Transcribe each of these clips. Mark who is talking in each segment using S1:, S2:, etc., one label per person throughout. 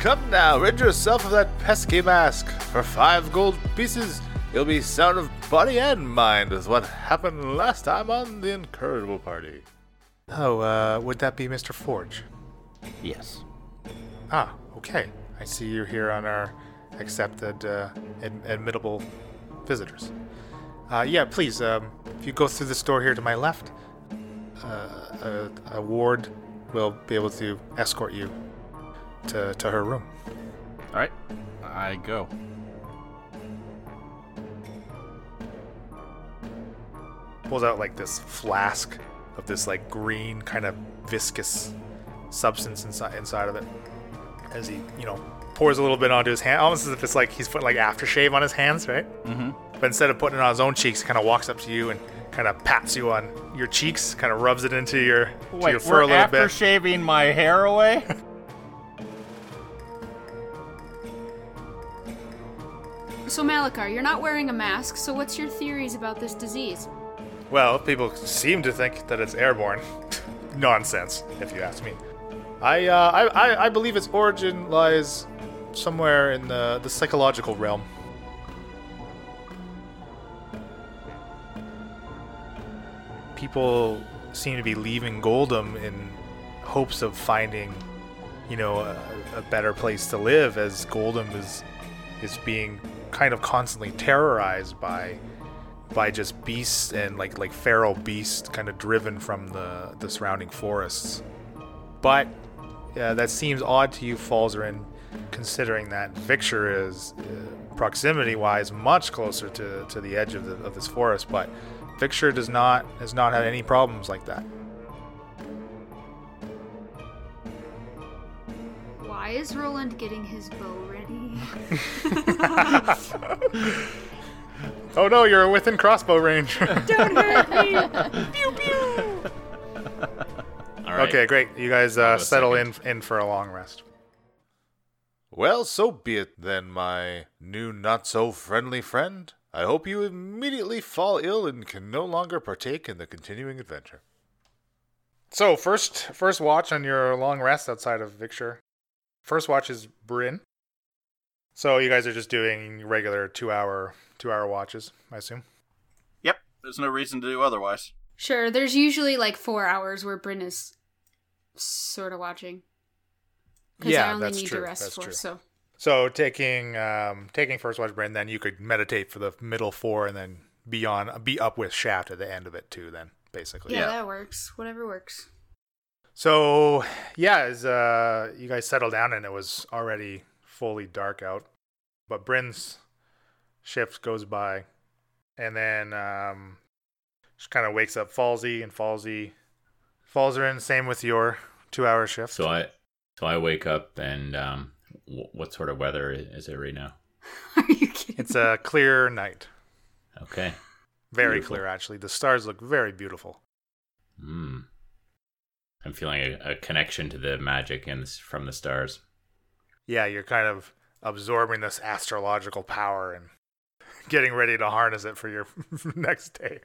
S1: Come now, rid yourself of that pesky mask. For five gold pieces, you'll be sound of body and mind with what happened last time on the Incorrigible Party. Oh, uh, would that be Mr. Forge?
S2: Yes.
S1: Ah, okay. I see you're here on our accepted, uh, ad- admittable visitors. Uh, yeah, please, um, if you go through this door here to my left, uh, a, a ward will be able to escort you to, to her room.
S2: All right. I go.
S1: pulls out like this flask of this like green kind of viscous substance inside inside of it as he you know pours a little bit onto his hand almost as if it's like he's putting like aftershave on his hands right mm-hmm. but instead of putting it on his own cheeks he kind of walks up to you and kind of pats you on your cheeks kind of rubs it into your, to
S2: Wait,
S1: your fur
S2: we're
S1: a little
S2: after
S1: bit
S2: shaving my hair away?
S3: So, Malakar, you're not wearing a mask, so what's your theories about this disease?
S1: Well, people seem to think that it's airborne. Nonsense, if you ask me. I, uh, I, I, I believe its origin lies somewhere in the, the psychological realm. People seem to be leaving Goldum in hopes of finding, you know, a, a better place to live, as Goldum is is being kind of constantly terrorized by by just beasts and like like feral beasts kind of driven from the the surrounding forests but yeah, that seems odd to you falzarin considering that victor is uh, proximity wise much closer to, to the edge of, the, of this forest but victor does not has not had any problems like that
S3: Why is Roland getting his bow ready?
S1: oh no you're within crossbow range
S3: Don't hurt me!
S2: All right.
S1: okay great you guys uh,
S2: a
S1: settle in in for a long rest
S4: Well, so be it then, my new not so friendly friend. I hope you immediately fall ill and can no longer partake in the continuing adventure.
S1: So first, first watch on your long rest outside of Victor. First watch is Bryn. So you guys are just doing regular two-hour, two-hour watches, I assume.
S5: Yep. There's no reason to do otherwise.
S3: Sure, there's usually like four hours where Bryn is sort of watching. Because I
S1: Yeah,
S3: only
S1: that's
S3: need
S1: true,
S3: to rest
S1: that's
S3: for,
S1: true.
S3: so.
S1: So taking, um, taking first watch Bryn, then you could meditate for the middle four, and then be on, be up with Shaft at the end of it too. Then basically,
S3: Yeah,
S5: Yeah.
S3: that works. Whatever works.
S1: So yeah, as uh, you guys settled down and it was already fully dark out, but Bryn's shift goes by, and then um, just kind of wakes up Falsey and Falsey, falls in. Same with your two-hour shift.
S6: So I so I wake up and um, w- what sort of weather i- is it right now?
S3: Are you kidding?
S1: it's a clear night,
S6: Okay.
S1: very
S6: Beautiful.
S1: clear actually. The stars look very beautiful.
S6: Hmm. I'm feeling a, a connection to the magic and this, from the stars.
S1: Yeah, you're kind of absorbing this astrological power and getting ready to harness it for your next day.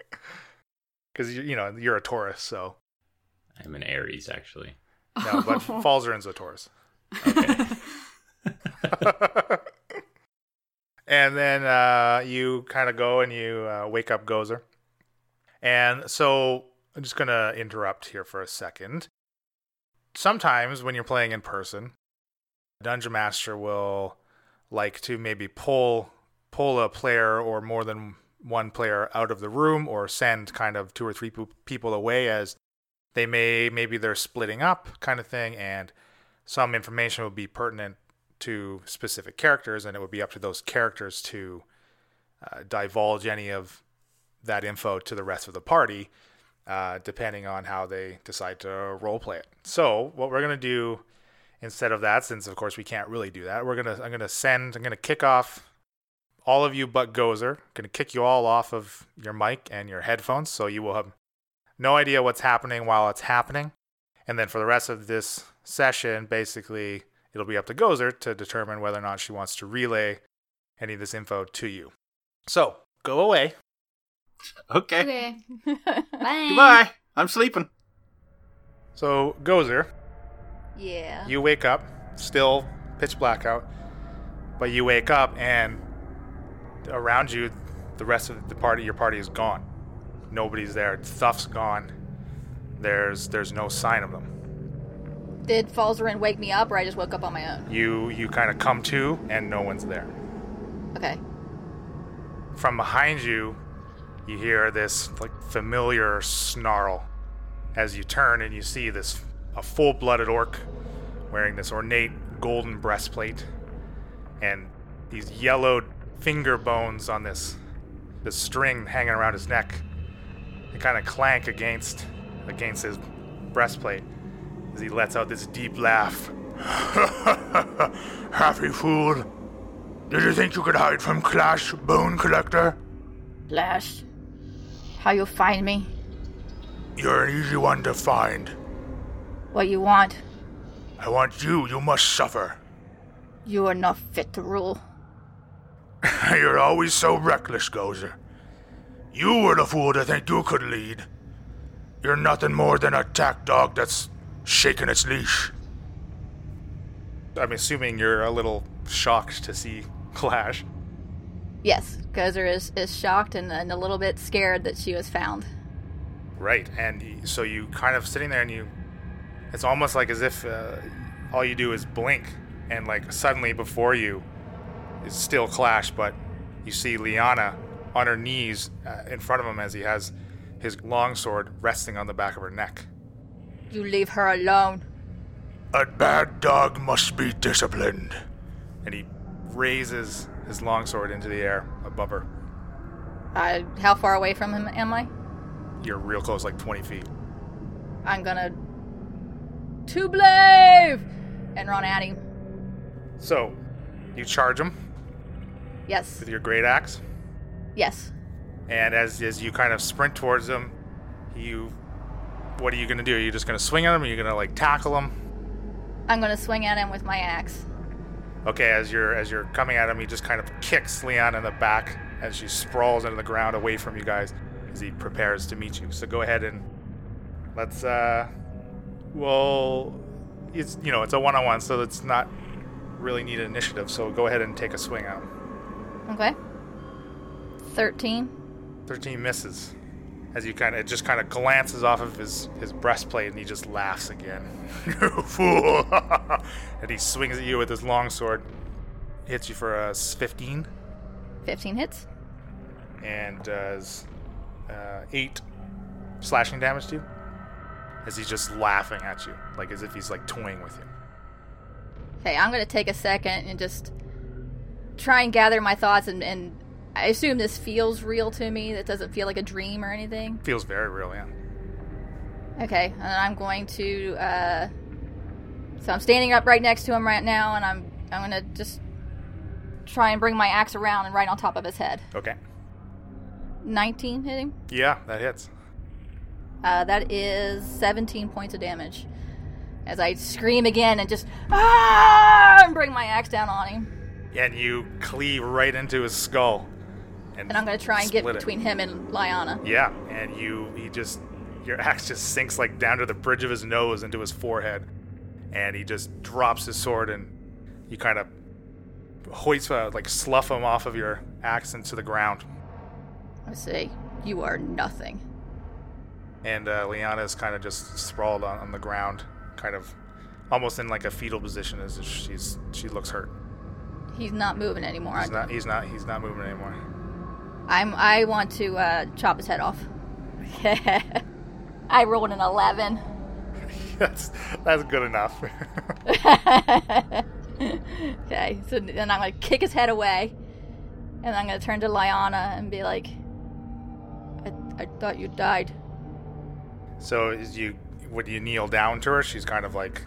S1: Because you, you know you're a Taurus, so
S6: I'm an Aries actually.
S1: No, but Falzarin's a Taurus. and then uh, you kind of go and you uh, wake up Gozer. And so I'm just going to interrupt here for a second. Sometimes when you're playing in person, Dungeon Master will like to maybe pull pull a player or more than one player out of the room or send kind of two or three po- people away as they may maybe they're splitting up kind of thing and some information would be pertinent to specific characters and it would be up to those characters to uh, divulge any of that info to the rest of the party uh, depending on how they decide to role play it so what we're going to do instead of that since of course we can't really do that we're going to i'm going to send i'm going to kick off all of you but gozer going to kick you all off of your mic and your headphones so you will have no idea what's happening while it's happening. And then for the rest of this session, basically, it'll be up to Gozer to determine whether or not she wants to relay any of this info to you. So go away.
S5: Okay.
S3: okay. Bye.
S5: Goodbye. I'm sleeping.
S1: So, Gozer,
S7: yeah.
S1: you wake up still pitch blackout. But you wake up and around you, the rest of the party, your party is gone. Nobody's there. Thuff's gone. There's there's no sign of them.
S7: Did Falzarin wake me up, or I just woke up on my own?
S1: You you kind of come to and no one's there.
S7: Okay.
S1: From behind you, you hear this like familiar snarl as you turn and you see this a full-blooded orc wearing this ornate golden breastplate and these yellowed finger bones on this this string hanging around his neck. They kind of clank against against his breastplate as he lets out this deep laugh. Happy fool. Did you think you could hide from Clash Bone Collector?
S7: Lash, how you find me?
S1: You're an easy one to find.
S7: What you want?
S1: I want you. You must suffer.
S7: You are not fit to rule.
S1: You're always so reckless, Gozer. You were the fool to think you could lead. You're nothing more than a tack dog that's shaking its leash. I'm assuming you're a little shocked to see Clash.
S7: Yes, Gozer is, is shocked and, and a little bit scared that she was found.
S1: Right, and y- so you kind of sitting there, and you, it's almost like as if uh, all you do is blink, and like suddenly before you is still Clash, but you see Liana on her knees uh, in front of him as he has his longsword resting on the back of her neck.
S7: You leave her alone.
S1: A bad dog must be disciplined. And he raises his longsword into the air above her.
S7: I, how far away from him am I?
S1: You're real close, like 20 feet.
S7: I'm gonna. To Blave! And run at him.
S1: So, you charge him
S7: Yes,
S1: with your great axe.
S7: yes.
S1: And as as you kind of sprint towards him, you what are you gonna do? Are you just gonna swing at him? Are you gonna like tackle him?
S7: I'm gonna swing at him with my axe.
S1: Okay, as you're as you're coming at him, he just kind of kicks Leon in the back as she sprawls into the ground away from you guys as he prepares to meet you. So go ahead and let's uh well it's you know, it's a one on one, so it's not really need initiative, so go ahead and take a swing at him.
S7: Okay. 13.
S1: Thirteen misses. As you kind of, it just kind of glances off of his, his breastplate, and he just laughs again. You fool! and he swings at you with his longsword, hits you for a s- fifteen,
S7: 15 hits.
S1: and does uh, eight slashing damage to you. As he's just laughing at you, like as if he's like toying with you.
S7: Okay, I'm gonna take a second and just try and gather my thoughts and, and I assume this feels real to me. That doesn't feel like a dream or anything.
S1: Feels very real, yeah.
S7: Okay, and then I'm going to. Uh, so I'm standing up right next to him right now, and I'm I'm gonna just try and bring my axe around and right on top of his head.
S1: Okay.
S7: 19 hitting.
S1: Yeah, that hits.
S7: Uh, that is 17 points of damage. As I scream again and just ah, and bring my axe down on him,
S1: And you cleave right into his skull.
S7: and I'm gonna try and get
S1: split it.
S7: between him and Lyanna.
S1: Yeah, and you he just your axe just sinks like down to the bridge of his nose into his forehead, and he just drops his sword and you kind of hoist uh, like slough him off of your axe into the ground.
S7: I say, you are nothing.
S1: And uh, Liana is kind of just sprawled on, on the ground, kind of almost in like a fetal position as if she's she looks hurt.
S7: He's not moving anymore.
S1: He's not he's not he's not moving anymore.
S7: I'm. I want to uh, chop his head off. I rolled an 11.
S1: that's that's good enough.
S7: okay, so then I'm gonna kick his head away, and I'm gonna turn to Lyanna and be like, "I, I thought you died."
S1: so is you when you kneel down to her, she's kind of like,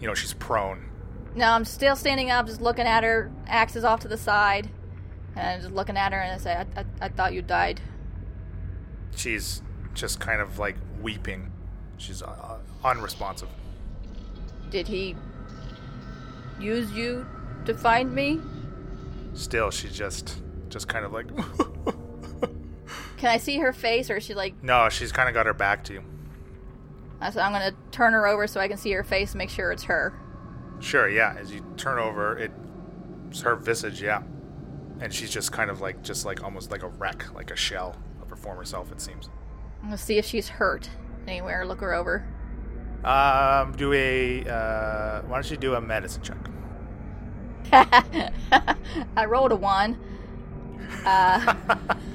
S1: you know, she's prone.
S7: No, I'm still standing up, just looking at her. Axe is off to the side, and I'm just looking at her, and I say, "I, I, I thought you died."
S1: she's just kind of like weeping. She's uh, unresponsive.
S7: Did he use you to find me?
S1: Still, she's just just kind of like
S7: Can I see her face, or is she like?
S1: no. She's kind of got her back to you.
S7: I said, I'm gonna turn her over so I can see her face, and make sure it's her.
S1: Sure, yeah. As you turn over, it, it's her visage, yeah. And she's just kind of like, just like almost like a wreck, like a shell of her former self, it seems.
S7: I'm gonna see if she's hurt anywhere. Look her over.
S1: Um, do a, uh, why don't you do a medicine check?
S7: I rolled a one. Uh,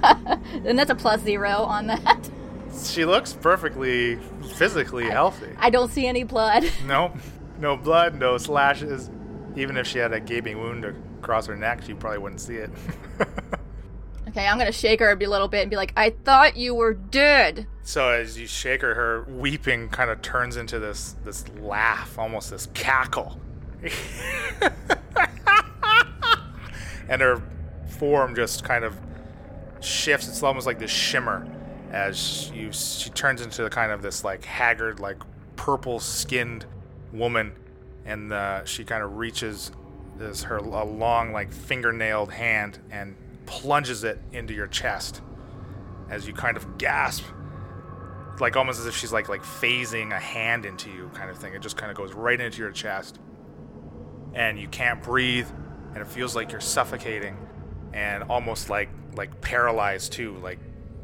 S7: and that's a plus zero on that.
S1: She looks perfectly physically healthy.
S7: I don't see any blood.
S1: Nope. No blood, no slashes. Even if she had a gaping wound across her neck, she probably wouldn't see it.
S7: Okay, I'm gonna shake her a be- little bit and be like, I thought you were dead.
S1: so as you shake her, her weeping kind of turns into this this laugh, almost this cackle. and her form just kind of shifts. It's almost like this shimmer as you she turns into the kind of this like haggard, like purple skinned woman, and uh, she kind of reaches this her a long like fingernailed hand and plunges it into your chest as you kind of gasp like almost as if she's like like phasing a hand into you kind of thing it just kind of goes right into your chest and you can't breathe and it feels like you're suffocating and almost like like paralyzed too like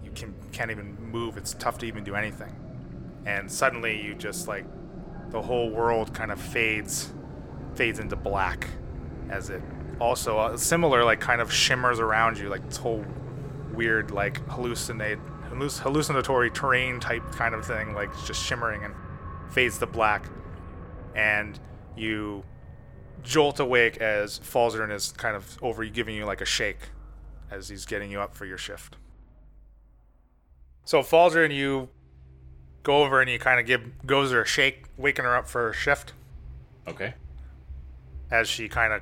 S1: you can can't even move it's tough to even do anything and suddenly you just like the whole world kind of fades fades into black as it also uh, similar like kind of shimmers around you like this whole weird like hallucinate halluc- hallucinatory terrain type kind of thing like it's just shimmering and fades to black and you jolt awake as Falzern is kind of over giving you like a shake as he's getting you up for your shift. So Falzern, you go over and you kind of give goes her a shake, waking her up for her shift
S6: Okay.
S1: as she kind of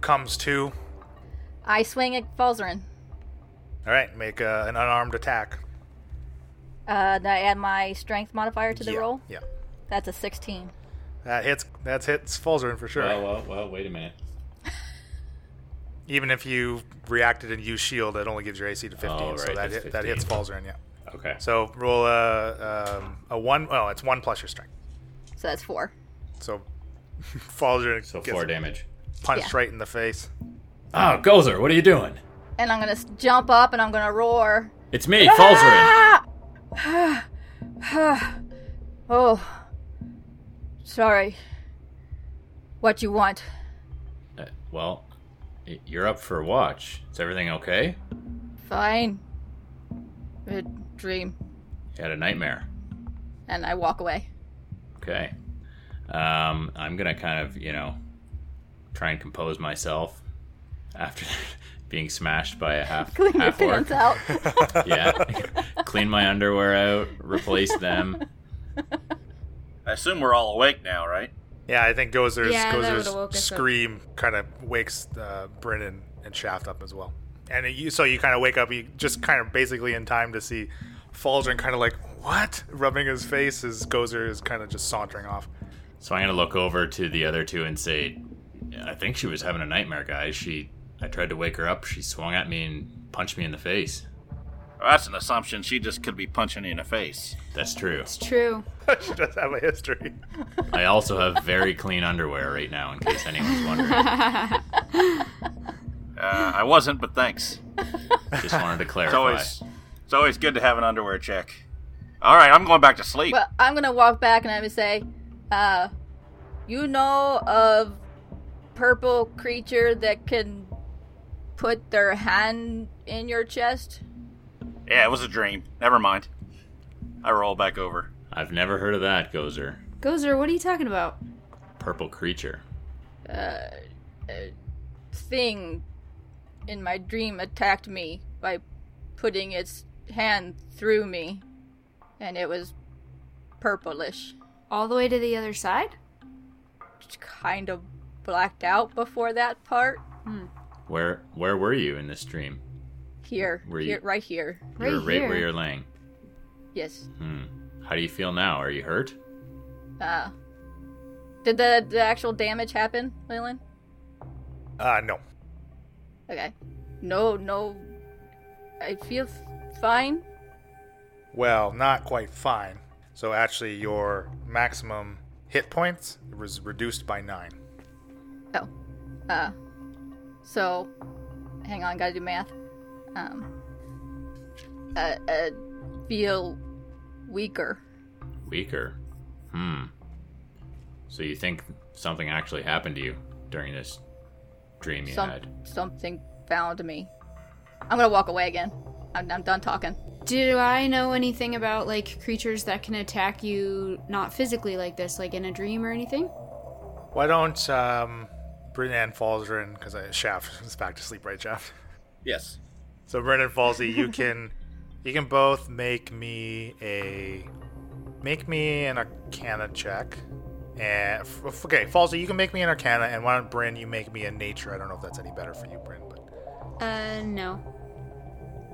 S1: comes to.
S7: I swing at Falzarin.
S1: All right, make uh an unarmed attack.
S7: Uh, did I add my strength modifier to the
S1: yeah,
S7: roll?
S1: Yeah,
S7: That's a 16.
S1: that hits. That hits Falzern for sure.
S6: Well, well, well. Wait a minute.
S1: Even if you reacted and used shield, it only gives your AC to 15,
S6: Oh,
S1: so
S6: right,
S1: that
S6: that's
S1: hit, that hits
S6: 15.
S1: Falzern. Yeah.
S6: Okay.
S1: So roll a um, a one. Well, it's one plus your strength.
S7: So that's four.
S1: So Falzern
S6: So
S1: gets
S6: four damage.
S1: punched
S7: Yeah.
S1: right in the face.
S6: Oh, Gozer, what are you doing?
S7: And I'm gonna s- jump up and I'm gonna roar.
S6: It's me,
S7: Ah!
S6: Falzarin.
S7: Oh. Sorry. What you want?
S6: Uh, well, y- you're up for a watch. Is everything okay?
S7: Fine. Good dream.
S6: You had a nightmare.
S7: And I walk away.
S6: Okay. Um, I'm gonna kind of, you know, try and compose myself after being smashed by a half
S7: Clean your
S6: half orc.
S7: pants out.
S6: Yeah. Clean my underwear out, replace them.
S5: I assume we're all awake now, right?
S1: Yeah, I think Gozer's,
S3: Yeah, that would've woke
S1: Gozer's
S3: us up.
S1: scream kind of wakes uh, Brynn and, and Shaft up as well. And you, so you kind of wake up, you just kind of basically in time to see Falzern kind of like, what? Rubbing his face as Gozer is kind of just sauntering off.
S6: So I'm gonna look over to the other two and say, I think she was having a nightmare, guys. She, I tried to wake her up. She swung at me and punched me in the face.
S5: Well, that's an assumption. She just could be punching you in the face.
S6: That's true.
S3: It's true.
S1: she does have a history.
S6: I also have very clean underwear right now, in case anyone's wondering.
S5: Uh, I wasn't, but thanks.
S6: Just wanted to
S5: It's
S6: clarify.
S5: always, it's always good to have an underwear check. All right, I'm going back to sleep.
S7: Well, I'm gonna walk back and I'm gonna say, uh, you know of purple creature that can put their hand in your chest?
S5: yeah, it was a dream. Never mind. I roll back over.
S6: I've never heard of that, Gozer.
S3: Gozer, what are you talking about?
S6: Purple creature.
S7: uh, Thing in my dream attacked me by putting its hand through me, and it was purplish.
S3: All the way to the other side?
S7: Just kind of blacked out before that part.
S6: Where, where were you in this dream?
S7: Here,
S6: Were you-
S7: here right here.
S3: Right
S6: you were right
S3: here.
S6: where you're laying.
S7: Yes.
S6: Hmm. How do you feel now? Are you hurt?
S7: Uh, did the, the actual damage happen, Leyland?
S1: Uh, no.
S7: Okay. No, no. I feel f- fine.
S1: Well, not quite fine. So actually, your maximum hit points was reduced by nine.
S7: Oh. Uh. So, hang on, gotta do math. Um. Uh, uh feel weaker.
S6: Weaker. Hmm. So you think something actually happened to you during this dream you
S7: Some-
S6: had?
S7: something found me. I'm gonna walk away again. I'm, I'm done talking.
S3: Do I know anything about like creatures that can attack you not physically like this, like in a dream or anything?
S1: Why don't um, Brennan Falzer in because Shaft is back to sleep, right, Shaft?
S2: Yes.
S1: So Brennan Falsey, you can you can both make me a make me an Arcana check. And f- f- okay, Falsey, you can make me an Arcana, and why don't Bryn you make me a Nature? I don't know if that's any better for you, Bryn, but
S3: Uh, no.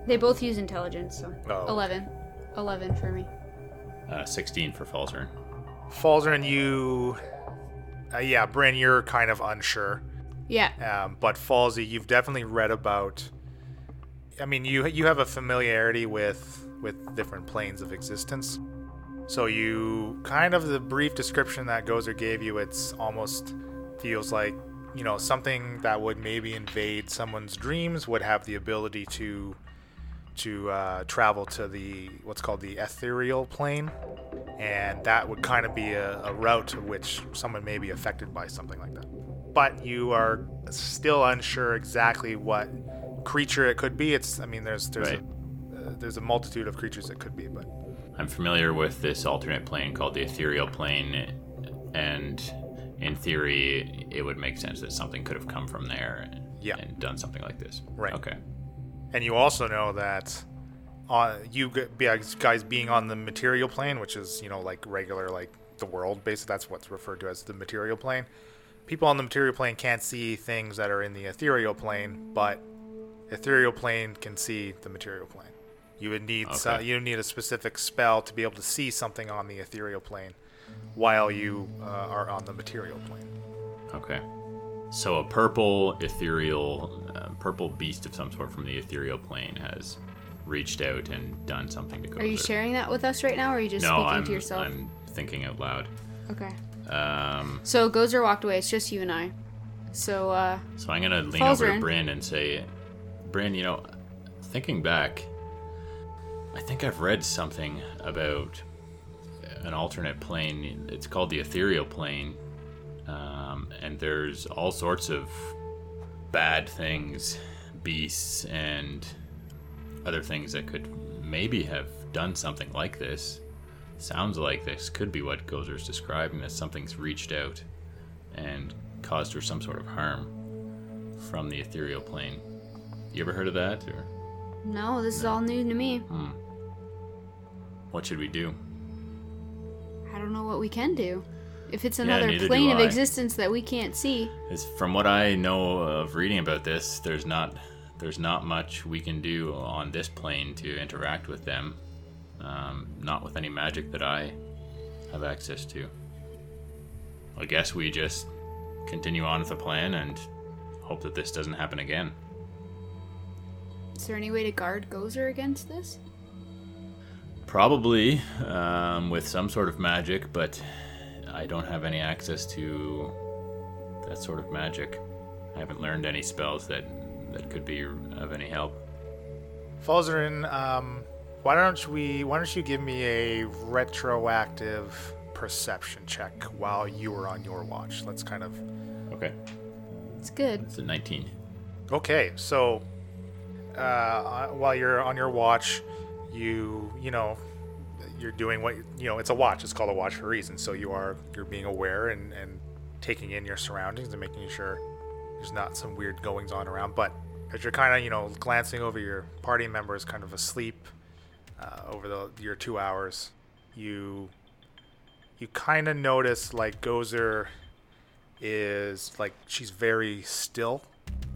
S3: They both use intelligence, so
S1: Oh, okay.
S3: eleven, eleven for me.
S6: Uh, 16 for Falzern.
S1: Falzer and you, uh, yeah, Bryn, you're kind of unsure.
S3: Yeah.
S1: Um, but Falsey, you've definitely read about. I mean, you you have a familiarity with with different planes of existence, so you kind of the brief description that Gozer gave you. It's almost feels like you know something that would maybe invade someone's dreams would have the ability to to uh, travel to the what's called the ethereal plane, and that would kind of be a, a route to which someone may be affected by something like that but you are still unsure exactly what creature it could be. It's I mean there's there's
S6: Right.
S1: a, uh, there's a multitude of creatures it could be, but
S6: I'm familiar with this alternate plane called the ethereal plane, and in theory, it would make sense that something could have come from there and,
S1: Yeah.
S6: and done something like this.
S1: Right.
S6: Okay.
S1: and you also know that on you g- guys guys being on the material plane, which is you know like regular like the world basically that's what's referred to as the material plane. People on the material plane can't see things that are in the ethereal plane, but ethereal plane can see the material plane. You would need so-
S6: Okay.
S1: you would need a specific spell to be able to see something on the ethereal plane while you uh, are on the material plane.
S6: Okay. So a purple ethereal, uh, purple beast of some sort from the ethereal plane has reached out and done something to go.
S3: Are you sharing that with us right now, or are you just
S6: No,
S3: speaking
S6: I'm,
S3: to yourself?
S6: I'm thinking out loud.
S3: Okay.
S6: Um,
S3: So Gozer walked away. It's just you and I. So uh,
S6: So I'm gonna lean
S3: Falls
S6: over
S3: in.
S6: to Bryn and say, Bryn, you know, thinking back, I think I've read something about an alternate plane. It's called the ethereal plane, um, and there's all sorts of bad things, beasts, and other things that could maybe have done something like this. Sounds like this could be what Gozer's describing that something's reached out and caused her some sort of harm from the ethereal plane. You ever heard of that? Or
S3: no, this is all new to me.
S6: what should we do?
S3: I don't know what we can do. If it's
S6: Yeah,
S3: another
S6: neither do
S3: plane of
S6: I.
S3: existence that we can't see,
S6: It's, from what I know of reading about this, there's not there's not much we can do on this plane to interact with them. Um, not with any magic that I have access to. I guess we just continue on with the plan and hope that this doesn't happen again.
S3: is there any way to guard Gozer against this?
S6: Probably um, with some sort of magic, but I don't have any access to that sort of magic. I haven't learned any spells that that could be of any help.
S1: Falzarin, um, why don't we? Why don't you give me a retroactive perception check while you were on your watch? Let's kind of.
S6: Okay,
S3: It's good.
S6: it's a 19.
S1: Okay, so uh, while you're on your watch, you you know you're doing what you know. It's a watch. It's called a watch for a reason. So you are you're being aware and and taking in your surroundings and making sure there's not some weird goings on around. But as you're kind of you know glancing over your party members, kind of asleep uh, over the your two hours, you you kind of notice like Gozer is like she's very still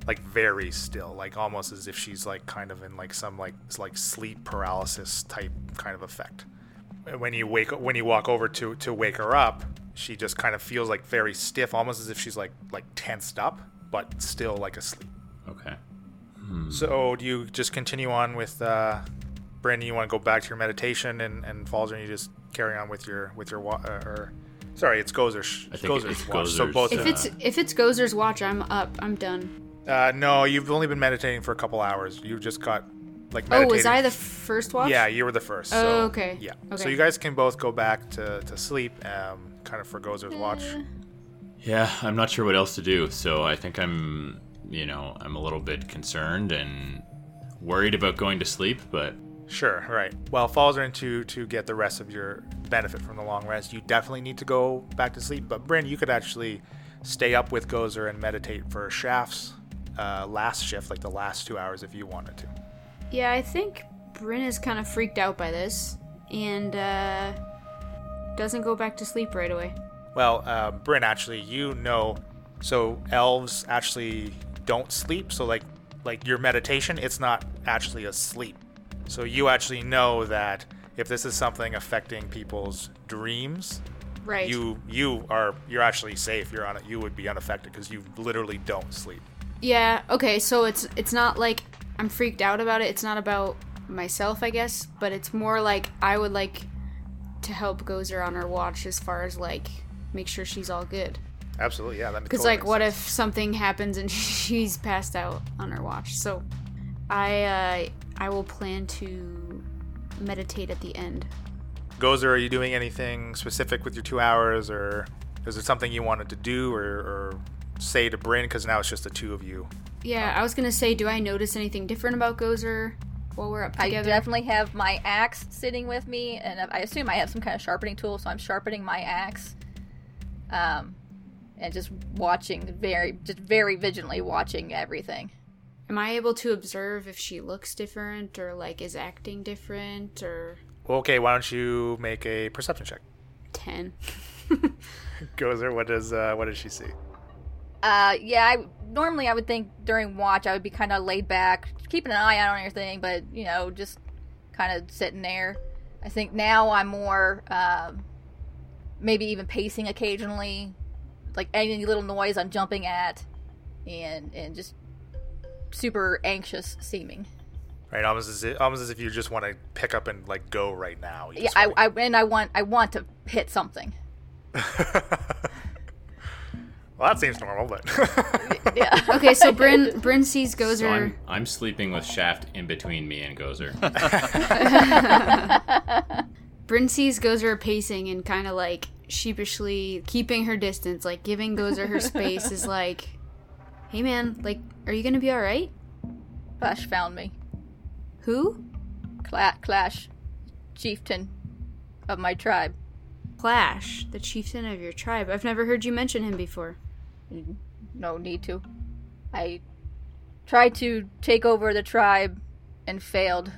S1: like very still, like almost as if she's like kind of in like some like s- like sleep paralysis type kind of effect. And When you wake when you walk over to to wake her up, she just kind of feels like very stiff, almost as if she's like like tensed up, but still like asleep.
S6: Okay.
S1: So do you just continue on with uh Brandon, you want to go back to your meditation and and falls and you just carry on with your with your wa- uh, or Sorry, it's Gozer's. sh-
S6: I think
S1: Gozer's
S6: it's
S1: watch. So uh,
S6: Gozer's,
S1: both.
S3: If
S1: of-
S3: it's if it's Gozer's watch, I'm up. I'm done.
S1: Uh, no, you've only been meditating for a couple hours. You just got like
S3: Oh,
S1: meditating.
S3: was I the first watch?
S1: Yeah, you were the first.
S3: Oh,
S1: so-
S3: okay.
S1: Yeah. So
S3: Okay.
S1: you guys can both go back to, to sleep, um, kind of for Gozer's watch.
S3: Uh.
S6: Yeah, I'm not sure what else to do, so I think I'm, you know, I'm a little bit concerned and worried about going to sleep, but
S1: Sure, right. Well, falls are into to get the rest of your benefit from the long rest. You definitely need to go back to sleep. But Bryn, you could actually stay up with Gozer and meditate for Shaft's uh, last shift, like the last two hours, if you wanted to.
S3: Yeah, I think Bryn is kind of freaked out by this and uh, doesn't go back to sleep right away.
S1: Well, uh, Bryn, actually, you know, so elves actually don't sleep. So like, like your meditation, it's not actually a sleep. So you actually know that if this is something affecting people's dreams,
S3: Right.
S1: you you are you're actually safe. You're on it. You would be unaffected because you literally don't sleep.
S3: Yeah. Okay. So it's it's not like I'm freaked out about it. It's not about myself, I guess, but it's more like I would like to help Gozer on her watch as far as like make sure she's all good.
S1: Absolutely, yeah. That
S3: Because like, what if something happens and she's passed out on her watch? So I uh, I will plan to meditate at the end.
S1: Gozer, are you doing anything specific with your two hours, or is it something you wanted to do or, or say to Bryn? Because now it's just the two of you.
S3: Yeah, I was gonna say, do I notice anything different about Gozer while we're up
S7: I
S3: together?
S7: definitely have my axe sitting with me, and I assume I have some kind of sharpening tool, so I'm sharpening my axe, um, and just watching very, just very vigilantly watching everything.
S3: Am I able to observe if she looks different or like is acting different or
S1: Okay, why don't you make a perception check?
S3: 10.
S1: Gozer, what does uh, what does she see?
S7: Uh, yeah, I normally I would think during watch I would be kind of laid back, keeping an eye out on everything, but you know, just kind of sitting there. I think now I'm more, um, maybe even pacing occasionally, like any little noise I'm jumping at, and and just super anxious seeming.
S1: Right, almost as if, almost as if you just want to pick up and like go right now. You
S7: Yeah,
S1: just
S7: I,
S1: wanna-
S7: I and I want I want to hit something.
S1: well, that seems normal, but
S7: Yeah.
S3: Okay, so Bryn Bryn sees Gozer.
S6: so I'm, I'm sleeping with Shaft in between me and Gozer.
S3: Bryn sees Gozer pacing and kind of like sheepishly keeping her distance, like giving Gozer her space is like, "Hey man, like are you going to be all right?"
S7: Clash found me.
S3: Who?
S7: Cla- Clash, chieftain of my tribe.
S3: Clash, the chieftain of your tribe. I've never heard you mention him before.
S7: no need to. I tried to take over the tribe and failed.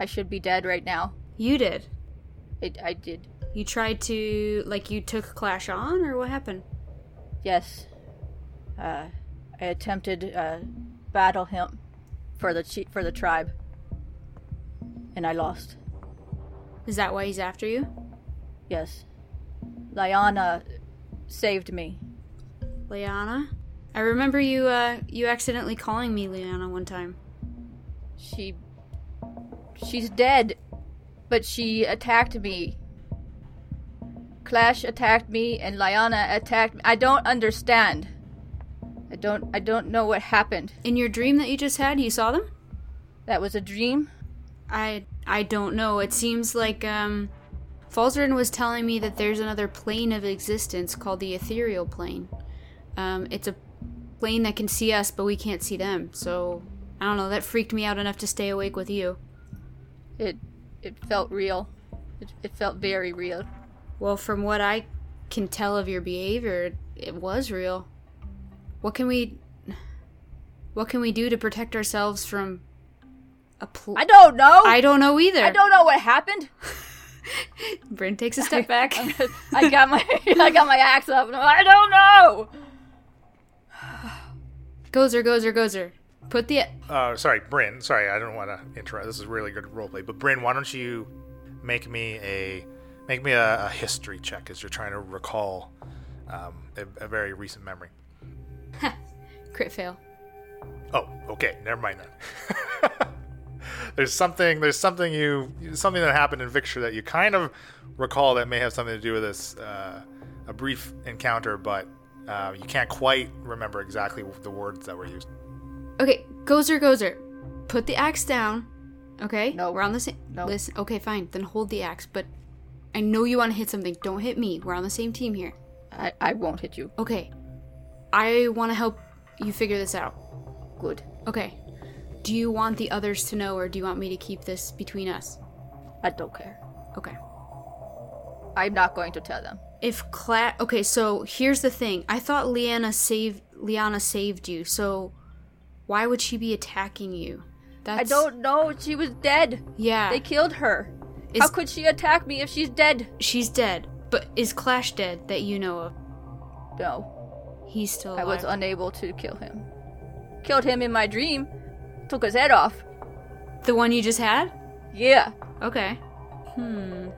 S7: I should be dead right now.
S3: You did.
S7: It, I did.
S3: You tried to like you took Clash on or what happened?
S7: Yes. Uh, I attempted uh, battle him for the chi- for the tribe, and I lost.
S3: Is that why he's after you?
S7: Yes. Lyanna saved me.
S3: Liana? I remember you uh you accidentally calling me Liana one time.
S7: She she's dead, but she attacked me. Clash attacked me and Lyanna attacked me. I don't understand. I don't I don't know what happened.
S3: In your dream that you just had, you saw them?
S7: That was a dream?
S3: I I don't know. It seems like um Falzern was telling me that there's another plane of existence called the ethereal plane. Um it's a plane that can see us but we can't see them. So I don't know, that freaked me out enough to stay awake with you.
S7: It it felt real. It, it felt very real.
S3: Well, from what I can tell of your behavior, it was real. What can we what can we do to protect ourselves from a pl-
S7: I don't know.
S3: I don't know either.
S7: I don't know what happened.
S3: Bryn takes a step back.
S7: I got my I got my axe up and I'm like, I don't know.
S3: gozer, gozer, gozer. Put the
S1: uh, sorry, Bryn. Sorry, I don't want to interrupt. This is really good roleplay, but Bryn, why don't you make me a make me a, a history check as you're trying to recall um, a, a very recent memory.
S3: crit fail.
S1: Oh, okay. Never mind that. There's something. There's something you. Something that happened in Victor that you kind of recall that may have something to do with this. Uh, a brief encounter, but uh, you can't quite remember exactly the words that were used.
S3: Okay, Gozer, Gozer, put the axe down. Okay,
S7: Nope.
S3: we're on the same.
S7: Nope.
S3: Listen, okay, fine. Then hold the axe. But I know you want to hit something. Don't hit me. We're on the same team here.
S7: I, I won't hit you.
S3: Okay, I want to help you figure this out.
S7: Good.
S3: Okay, do you want the others to know, or do you want me to keep this between us?
S7: I don't care.
S3: Okay.
S7: I'm not going to tell them.
S3: If Cla- okay, so here's the thing. I thought Liana saved Liana saved you. So why would she be attacking you? That's
S7: I don't know. She was dead.
S3: Yeah,
S7: They killed her. How
S3: Is-
S7: could she attack me if she's dead?
S3: she's dead. But is Clash dead that you know of?
S7: No,
S3: He's still
S7: I
S3: alive.
S7: was unable to kill him. Killed him in my dream. Took his head off.
S3: the one you just had.
S7: Yeah.
S3: Okay. Hmm.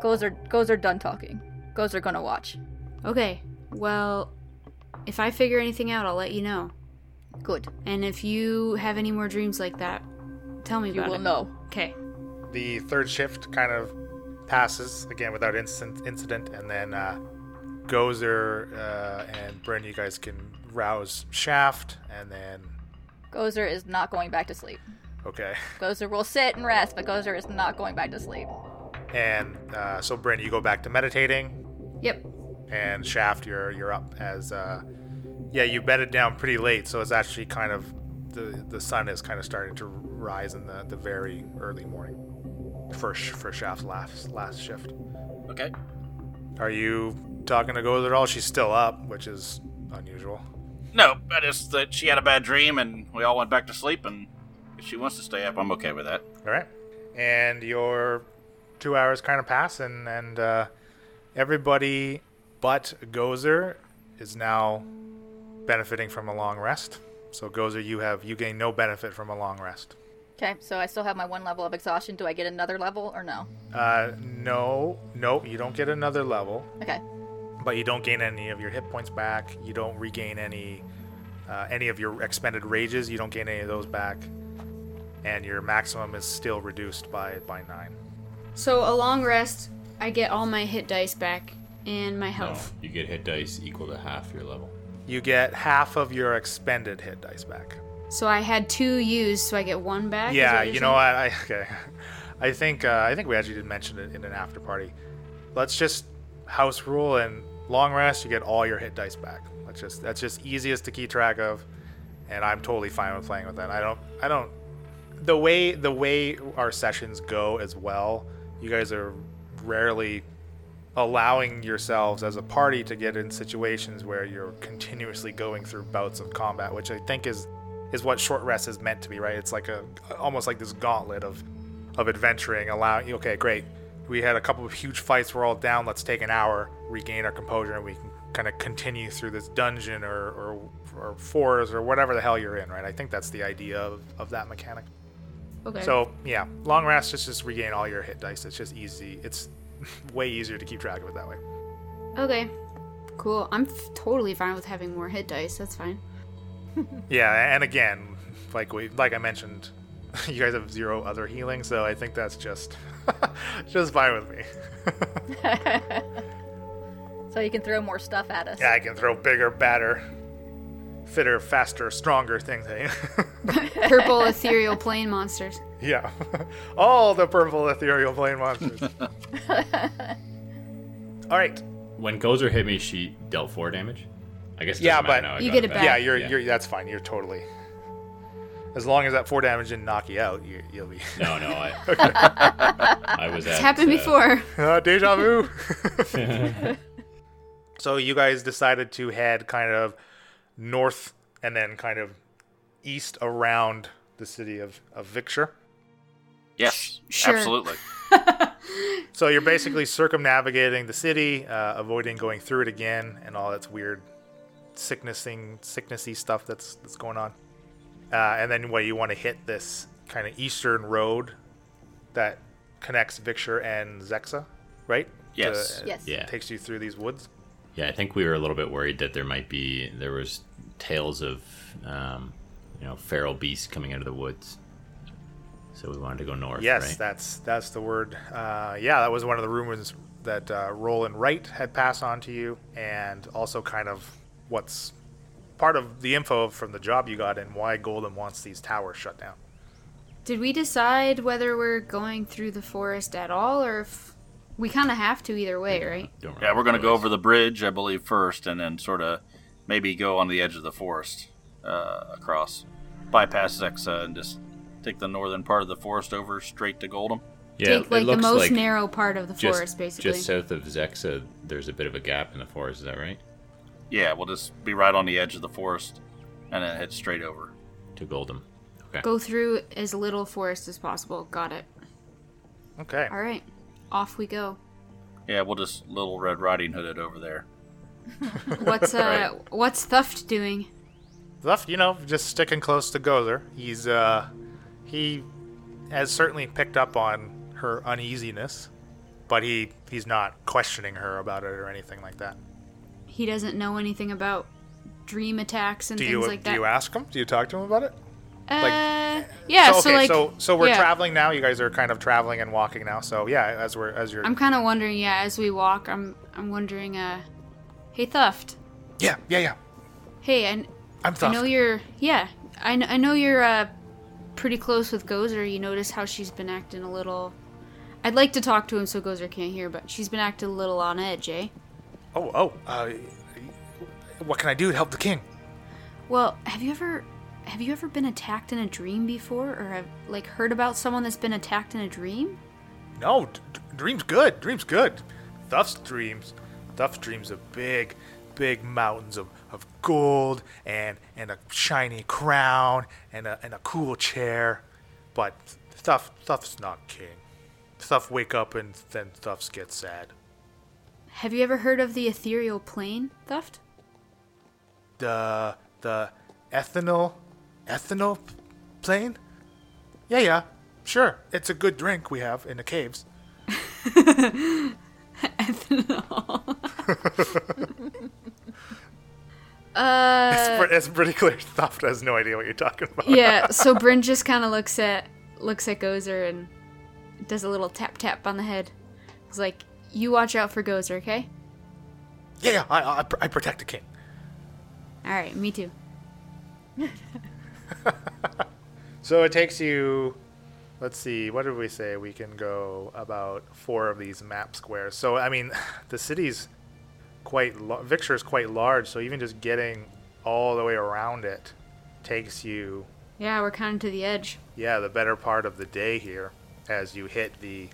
S7: Goes are goes are done talking. Goes are gonna watch.
S3: Okay. Well, if I figure anything out, I'll let you know.
S7: Good.
S3: And if you have any more dreams like that, tell me
S7: You
S3: about
S7: will
S3: it.
S7: know.
S3: Okay.
S1: The third shift kind of passes again without incident, incident and then uh, Gozer uh, and Bryn, you guys can rouse Shaft, and then
S7: Gozer is not going back to sleep.
S1: okay,
S7: Gozer will sit and rest, but Gozer is not going back to sleep.
S1: and uh, so Bryn, you go back to meditating,
S3: Yep.
S1: and Shaft, you're you're up as uh, yeah, you bedded down pretty late, so it's actually kind of the the sun is kind of starting to rise in the, the very early morning. For Sh- for Shaft's last last shift.
S5: Okay.
S1: Are you talking to Gozer at all? She's still up, which is unusual.
S5: No, but it's that she had a bad dream and we all went back to sleep. And if she wants to stay up, I'm okay with that.
S1: All right. And your two hours kind of pass, and, and uh, everybody but Gozer is now benefiting from a long rest. So Gozer, you have you gain no benefit from a long rest.
S7: Okay, so I still have my one level of exhaustion. Do I get another level or no?
S1: Uh, no, no, you don't get another level,
S7: Okay.
S1: but you don't gain any of your hit points back. You don't regain any uh, any of your expended rages. You don't gain any of those back, and your maximum is still reduced by by nine.
S3: So a long rest, I get all my hit dice back and my
S6: No,
S3: health.
S6: you get hit dice equal to half your level.
S1: You get half of your expended hit dice back.
S3: So I had two used, so I get one back. is
S1: Oh. yeah,
S3: what you're
S1: you know
S3: saying?
S1: what? I, okay, I think uh, I think we actually did mention it in an after party. Let's just house rule and long rest. You get all your hit dice back. Let's just that's just easiest to keep track of, and I'm totally fine with playing with that. I don't I don't the way the way our sessions go as well. You guys are rarely allowing yourselves as a party to get in situations where you're continuously going through bouts of combat, which I think is is what short rest is meant to be, right? It's like a almost like this gauntlet of of adventuring, allowing okay, great. We had a couple of huge fights, we're all down, let's take an hour, regain our composure, and we can kind of continue through this dungeon or, or or fours or whatever the hell you're in, right? I think that's the idea of, of that mechanic.
S3: Okay.
S1: So yeah, long rest just just regain all your hit dice. It's just easy. It's way easier to keep track of it that way.
S3: Okay. Cool. I'm f- totally fine with having more hit dice. That's fine.
S1: Yeah, and again, like we like I mentioned, you guys have zero other healing, so I think that's just just fine with me.
S7: So you can throw more stuff at us.
S1: Yeah, I can throw bigger, badder, fitter, faster, stronger things at you.
S3: Purple ethereal plane monsters.
S1: yeah. All the purple ethereal plane monsters. All right.
S6: When Gozer hit me, she dealt four damage. I guess. It
S1: Yeah,
S6: doesn't matter
S1: but-
S6: now, I
S3: You
S6: got
S3: get it back.
S1: Yeah, you're
S6: Yeah.
S1: you're that's fine. You're totally As long as that 4 damage didn't knock you out, you, you'll be
S6: No, no, I. I was.
S3: It's
S6: at,
S3: happened
S6: uh,
S3: before.
S1: Uh, deja vu. so you guys decided to head kind of north and then kind of east around the city of, of Victor.
S5: Yes,
S3: Sure.
S5: absolutely.
S1: So you're basically circumnavigating the city, uh, avoiding going through it again, and all that's weird, sicknessing, sicknessy stuff that's that's going on. Uh, and then what you want to hit this kind of eastern road that connects Victor and Zexa, right?
S5: Yes.
S1: To-
S7: Yes.
S6: Yeah.
S1: Takes you through these woods.
S6: Yeah, I think we were a little bit worried that there might be there was tales of, um, you know, feral beasts coming out of the woods. So we wanted to go north.
S1: Yes,
S6: right?
S1: that's that's the word. Uh, yeah, that was one of the rumors that uh, Roland Wright had passed on to you, and also kind of what's part of the info from the job you got and why Golden wants these towers shut down.
S3: Did we decide whether we're going through the forest at all, or if we kind of have to either way, right?
S6: Don't
S5: Yeah, we're going to go over
S6: remember
S5: the bridge, I believe, first, and then sort of maybe go on the edge of the forest uh, across, bypass Zexa, and just take the northern part of the forest over straight to Goldem.
S6: what it was. Yeah,
S3: Take
S6: it
S3: like the
S6: looks
S3: most
S6: like
S3: narrow part of the
S6: just,
S3: forest, basically.
S6: Just south of Zexa, there's a bit of a gap in the forest. Is that right?
S5: Yeah, we'll just be right on the edge of the forest, and then head straight over.
S6: To Goldem. Okay.
S3: Go through as little forest as possible. Got it.
S1: Okay.
S3: All right, off we go.
S5: Yeah, we'll just little Red Riding Hood it over there.
S3: What's uh, what's Thuft doing?
S1: Left, you know, just sticking close to Gozer. He's uh, he has certainly picked up on her uneasiness, but he he's not questioning her about it or anything like that.
S3: He doesn't know anything about dream attacks and
S1: Do
S3: things
S1: you
S3: like
S1: do
S3: that.
S1: you ask him? Do you talk to him about it?
S3: uh, yeah. So,
S1: Oh, okay,
S3: like,
S1: so so we're
S3: yeah.
S1: traveling now. You guys are kind of traveling and walking now. So yeah, as we're as you're
S3: I'm kind of wondering. Yeah, as we walk, I'm I'm wondering. Uh, hey Thuft.
S1: yeah yeah yeah.
S3: Hey, and
S1: I'm
S3: I
S1: tough.
S3: know you're. Yeah, I, kn- I know you're uh, pretty close with Gozer. You notice how she's been acting a little. I'd like to talk to him so Gozer can't hear, but she's been acting a little on edge, eh?
S1: Oh oh. Uh, what can I do to help the king?
S3: Well, have you ever have you ever been attacked in a dream before, or have like heard about someone that's been attacked in a dream?
S1: No, d- d- dream's good. Dream's good. Thuff's dreams. Thuff's dreams of big, big mountains of, of gold and and a shiny crown and a, and a cool chair. But Thuff Thuff's not king. Thuff wake up and then Thuff's get sad.
S3: Have you ever heard of the ethereal plane, Thuft?
S1: The the ethanol ethanol p- plane? Yeah, yeah. Sure. It's a good drink we have in the caves.
S3: Uh,
S1: It's, pre- it's pretty clear Thuff has no idea what you're talking about.
S3: yeah. So Bryn just kind of looks at looks at Gozer and does a little tap tap on the head. He's like, "You watch out for Gozer, okay?
S1: Yeah, yeah, I, I, pr- I protect the king.
S3: All right, me too."
S1: So it takes you, let's see, what did we say? We can go about four of these map squares. So, I mean, the city's quite, lo- Victor is quite large, so even just getting all the way around it takes you,
S3: Yeah, we're kind of to the edge.
S1: yeah, the better part of the day here as you hit the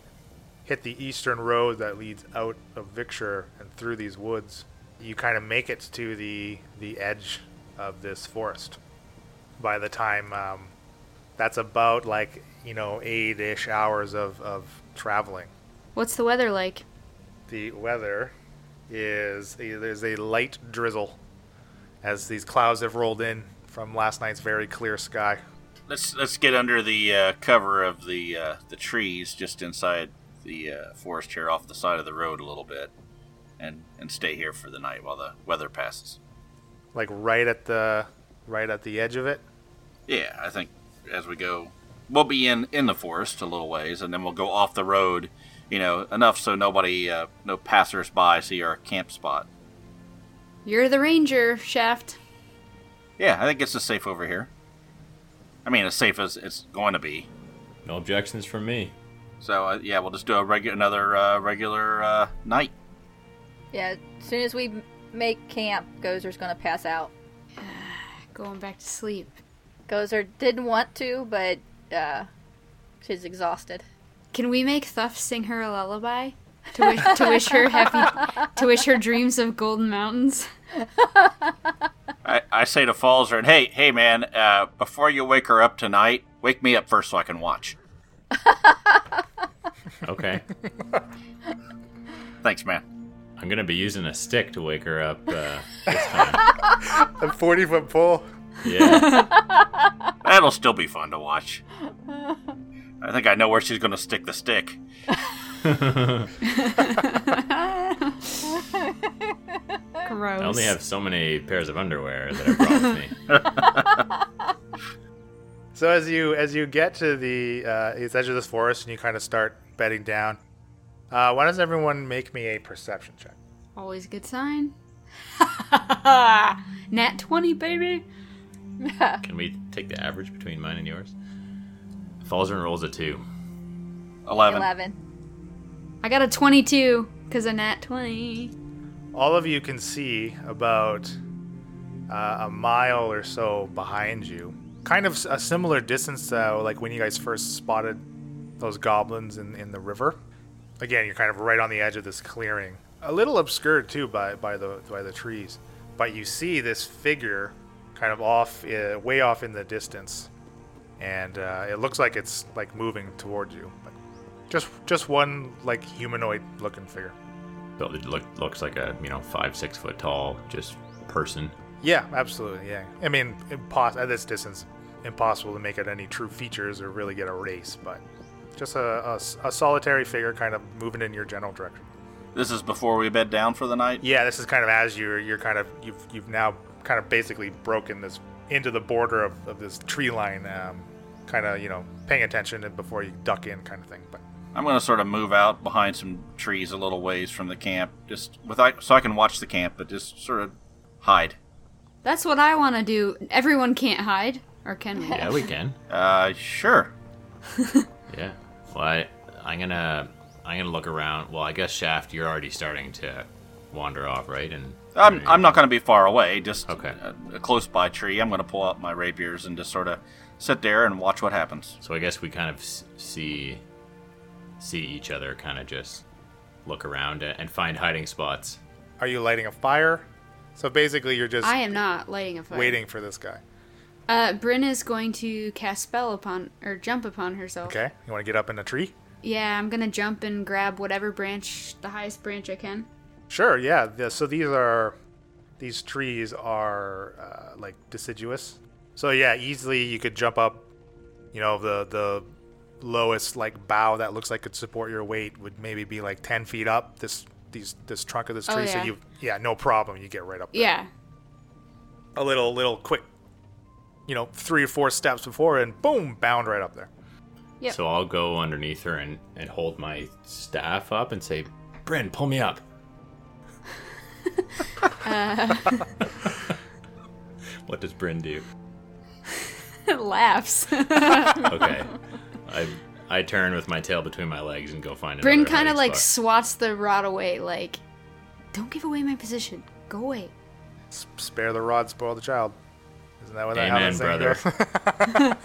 S1: hit the eastern road that leads out of Victor and through these woods. You kind of make it to the the edge of this forest. By the time um, that's about like you know eight ish hours of, of traveling.
S3: What's the weather like?
S1: The weather is there's a light drizzle as these clouds have rolled in from last night's very clear sky.
S5: Let's let's get under the uh, cover of the uh, the trees just inside the uh, forest here, off the side of the road a little bit, and and stay here for the night while the weather passes.
S1: Like right at the right at the edge of it.
S5: Yeah, I think as we go, we'll be in in the forest a little ways, and then we'll go off the road. You know, enough so nobody, uh, no passersby see our camp spot.
S3: You're the ranger, Shaft.
S5: Yeah, I think it's as safe over here. I mean, as safe as it's going to be.
S6: No objections from me.
S5: So uh, yeah, we'll just do a regular another uh, regular uh, night.
S7: Yeah, as soon as we m- make camp, Gozer's gonna pass out.
S3: Going back to sleep.
S7: Gozer didn't want to, but uh, she's exhausted.
S3: Can we make Thuff sing her a lullaby to wish, to wish her happy, to wish her dreams of golden mountains?
S5: I, I say to Falzer, and hey, hey man, uh, before you wake her up tonight, wake me up first so I can watch.
S6: Okay.
S5: Thanks, man.
S6: I'm gonna be using a stick to wake her up. Uh,
S1: A forty foot pole.
S6: yeah.
S5: That'll still be fun to watch. I think I know where she's gonna stick the stick.
S3: Gross.
S6: I only have so many pairs of underwear that I brought with me.
S1: So as you as you get to the uh, it's edge of this forest and you kind of start bedding down, uh, why does everyone make me a perception check?
S3: Always a good sign. Nat 20, baby.
S6: Can we take the average between mine and yours? Falzern rolls a two.
S5: 11.
S7: 11.
S3: I got a 22 because of Nat 20.
S1: All of you can see about uh, a mile or so behind you, kind of s- a similar distance uh, like when you guys first spotted those goblins in, in the river. Again, you're kind of right on the edge of this clearing, a little obscured too by, by the by the trees, but you see this figure kind of off uh, way off in the distance, and uh, it looks like it's like moving towards you, but just just one like humanoid looking figure.
S6: But it look, looks like a you know five six foot tall just person.
S1: Yeah, absolutely. Yeah, I mean, impos- at this distance, impossible to make out any true features or really get a race, but just a, a s- a solitary figure kind of moving in your general direction.
S5: This is before we bed down for the night.
S1: Yeah, this is kind of as you're you're kind of you've you've now kind of basically broken this into the border of, of this tree line, um, kind of you know paying attention and before you duck in kind of thing. But
S5: I'm going to sort of move out behind some trees a little ways from the camp, just without, so I can watch the camp, but just sort of hide.
S3: That's what I want to do. Everyone can't hide, or can we?
S6: Yeah, we can.
S5: Uh, sure.
S6: Yeah. Well, I, I'm gonna I'm gonna look around. Well, I guess Shaft, you're already starting to wander off, right? And
S5: I'm, I'm not going to be far away, just
S6: Okay.
S5: a, a close by tree. I'm going to pull out my rapiers and just sort of sit there and watch what happens.
S6: So I guess we kind of s- see see each other, kind of just look around a- and find hiding spots.
S1: are you lighting a fire? So basically, you're just
S3: I am not lighting a fire.
S1: waiting for this guy.
S3: Uh, Bryn is going to cast spell upon, or jump upon herself.
S1: Okay, you want to get up in a tree?
S3: Yeah, I'm gonna jump and grab whatever branch, the highest branch I can.
S1: Sure. Yeah. The, so these are these trees are uh, like deciduous. So yeah, easily you could jump up. You know the the lowest like bough that looks like could support your weight would maybe be like ten feet up. This these this trunk of this
S3: Oh,
S1: tree. So
S3: yeah.
S1: you yeah no problem. You get right up. there.
S3: Yeah.
S1: A little little quick. You know three or four steps before and boom bound right up there.
S3: Yep.
S6: So I'll go underneath her and, and hold my staff up and say, "Bryn, pull me up."
S3: Uh.
S6: what does Bryn do?
S3: Laughs.
S6: Okay, I I turn with my tail between my legs and go find.
S3: Bryn
S6: another
S3: kind of
S6: hiding
S3: like
S6: spot.
S3: swats the rod away, like, don't give away my position. Go away.
S1: S- spare the rod, spoil the child. Isn't that what that how
S6: Amen,
S1: that saying
S6: brother.
S1: goes?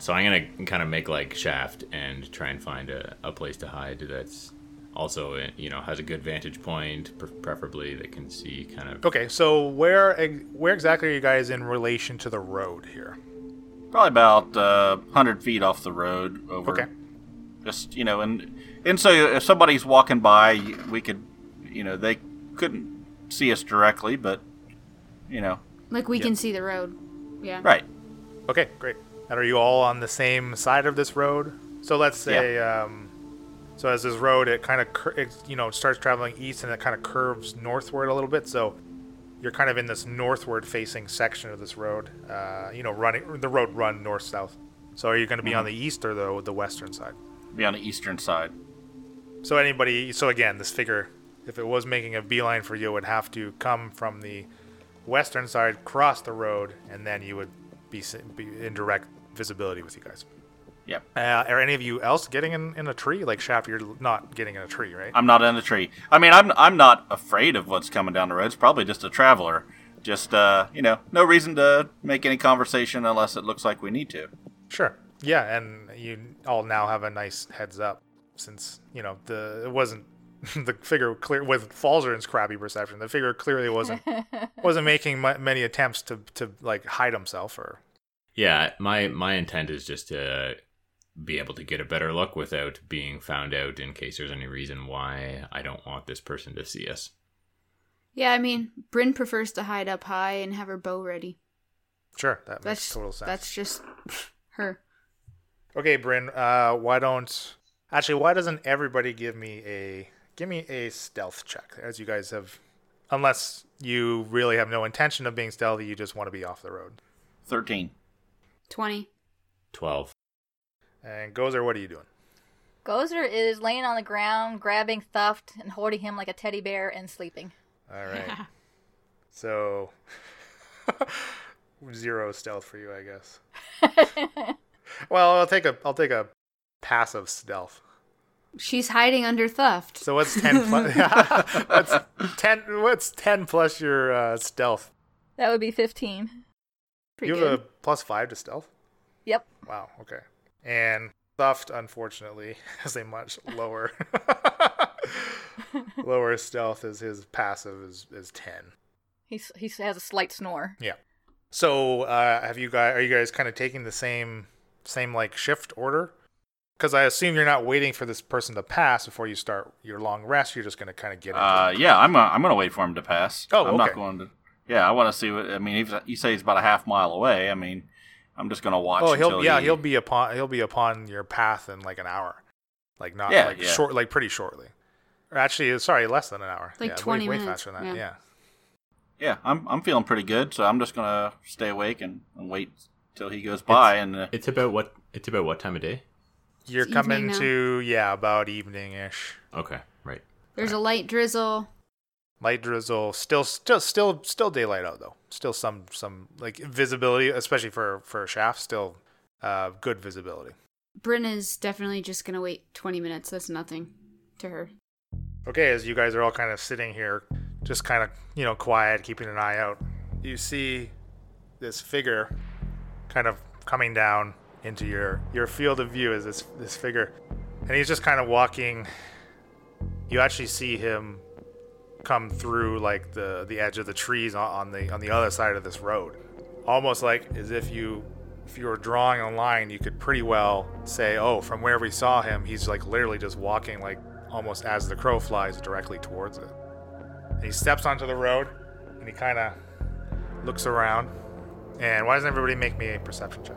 S6: So I'm gonna kind of make like Shaft and try and find a, a place to hide that's also you know has a good vantage point, pre- preferably that can see kind of.
S1: Okay, so where ex- where exactly are you guys in relation to the road here?
S5: Probably about uh, 100 feet off the road over.
S1: Okay.
S5: Just, you know, and, and so if somebody's walking by, we could, you know, they couldn't see us directly, but, you know,
S3: Like we can see the road. Yeah.
S5: right.
S1: Okay, great. And are you all on the same side of this road? So let's say, um, so as this road, it kind of cur- it, you know starts traveling east and it kind of curves northward a little bit. So you're kind of in this northward facing section of this road. Uh, you know, running the road run north south. So are you going to be on the east or the the western side?
S5: Be on the eastern side.
S1: So anybody, so again, this figure, if it was making a beeline for you, would have to come from the western side, cross the road, and then you would be, s- be in direct visibility with you guys.
S5: Yep.
S1: Uh, are any of you else getting in, in a tree? Like Shaft, you're not getting in a tree, right?
S5: I'm not in the tree. I mean, I'm I'm not afraid of what's coming down the road. It's probably just a traveler. Just uh, you know, no reason to make any conversation unless it looks like we need to.
S1: Sure. Yeah, and you all now have a nice heads up since you know the it wasn't the figure clear with Falzern's crappy perception. The figure clearly wasn't wasn't making mu many attempts to to like hide himself or
S6: Yeah, my my intent is just to be able to get a better look without being found out in case there's any reason why I don't want this person to see us.
S3: Yeah, I mean, Bryn prefers to hide up high and have her bow ready.
S1: sure that makes
S3: That's
S1: total sense.
S3: That's just her.
S1: Okay, Bryn. Uh, why don't actually? Why doesn't everybody give me a give me a stealth check? As you guys have, unless you really have no intention of being stealthy, you just want to be off the road.
S5: Thirteen.
S3: Twenty.
S6: 12.
S1: And Gozer, what are you doing?
S7: Gozer is laying on the ground, grabbing Thuft and holding him like a teddy bear and sleeping.
S1: All right. So zero stealth for you, I guess. Well, I'll take a I'll take a passive stealth.
S3: She's hiding under theft.
S1: So what's ten plus? what's ten? What's ten plus your uh, stealth?
S7: that would be 15.
S3: Pretty
S1: you have
S3: good.
S1: a plus five to stealth.
S7: Yep.
S1: Wow. Okay. And theft, unfortunately, has a much lower lower stealth. Is his passive is is ten.
S7: He's, he has a slight snore.
S1: Yeah. So uh, have you guys? Are you guys kind of taking the same same like shift order? Because I assume you're not waiting for this person to pass before you start your long rest. You're just going to kind of get into
S5: Uh, yeah, I'm uh, I'm gonna wait for him to pass.
S1: Oh,
S5: I'm not
S1: okay.
S5: going to. Yeah, I want to see what. I mean, if you say he's about a half mile away. I mean, I'm just gonna watch.
S1: Oh, he'll
S5: until
S1: yeah,
S5: he,
S1: he'll be upon he'll be upon your path in like an hour, like not
S5: Yeah,
S1: like
S5: yeah.
S1: short, like pretty shortly. Or actually, sorry, less than an hour.
S3: Like
S1: yeah,
S3: 20
S1: way,
S3: minutes,
S1: Way faster than that. Yeah.
S3: yeah.
S5: Yeah, I'm I'm feeling pretty good, so I'm just gonna stay awake and, and wait till he goes by. and uh,
S6: It's about what it's about what time of day?
S1: You're
S3: It's
S1: coming
S3: evening now.
S1: to yeah about evening ish.
S6: Okay, right.
S3: There's a light drizzle.
S1: Light drizzle, still still still still daylight out though. Still some some like visibility, especially for for shaft. Still uh, good visibility.
S3: Bryn is definitely just gonna wait 20 minutes. That's nothing to her.
S1: Okay, as you guys are all kind of sitting here, just kind of, you know, quiet, keeping an eye out, you see this figure kind of coming down into your your field of view is this this figure. And he's just kind of walking. You actually see him come through like the the edge of the trees on, on the on the other side of this road. Almost like as if you if you were drawing a line, you could pretty well say, "Oh, from where we saw him, he's like literally just walking like almost as the crow flies directly towards it." And he steps onto the road and he kind of looks around. And why doesn't everybody make me a perception check?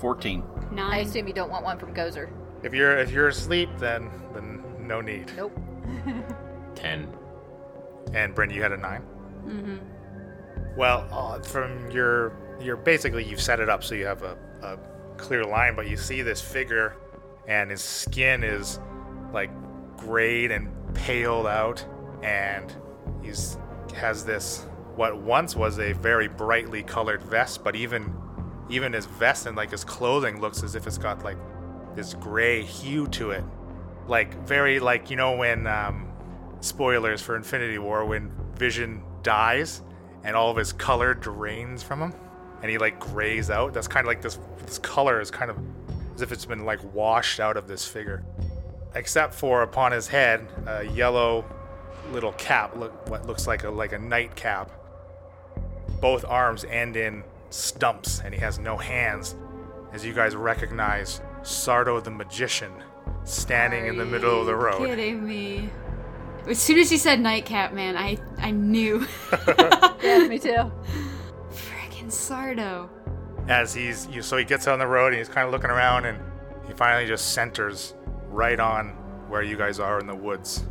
S5: 14.
S7: I
S3: Nine.
S7: assume you don't want one from Gozer.
S1: If you're if you're asleep, then then no need.
S7: Nope.
S6: 10.
S1: And Bryn, you had a nine.
S3: Mm-hmm.
S1: Well, uh, from your your basically you've set it up so you have a, a clear line, but you see this figure, and his skin is like grayed and paled out, and he's has this what once was a very brightly colored vest, but even even his vest and like his clothing looks as if it's got like this gray hue to it, like very like you know when um, spoilers for Infinity War when Vision dies and all of his color drains from him and he like grays out. That's kind of like this this color is kind of as if it's been like washed out of this figure, except for upon his head a yellow little cap, look what looks like a like a nightcap. Both arms end in stumps and he has no hands. As you guys recognize Sardo the magician standing in the middle of the road.
S3: Kidding me. As soon as you said nightcap, man, I I knew.
S7: Yeah, me too.
S3: Frickin' Sardo.
S1: as he's you, so he gets on the road and he's kind of looking around and he finally just centers right on where you guys are in the woods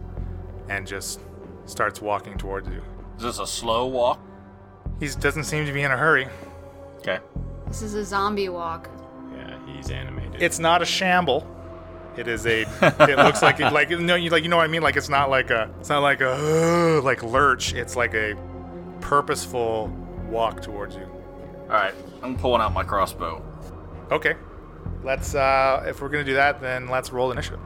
S1: and just starts walking towards you
S5: Is this a slow walk?
S1: he doesn't seem to be in a hurry
S5: Okay.
S3: This is a zombie walk.
S6: Yeah, he's animated.
S1: it's not a shamble it is a it looks like like no you like you know what i mean like it's not like a it's not like a "Ugh," like lurch it's like a purposeful walk towards you
S5: All right. I'm pulling out my crossbow.
S1: okay let's uh if we're gonna do that then let's roll initiative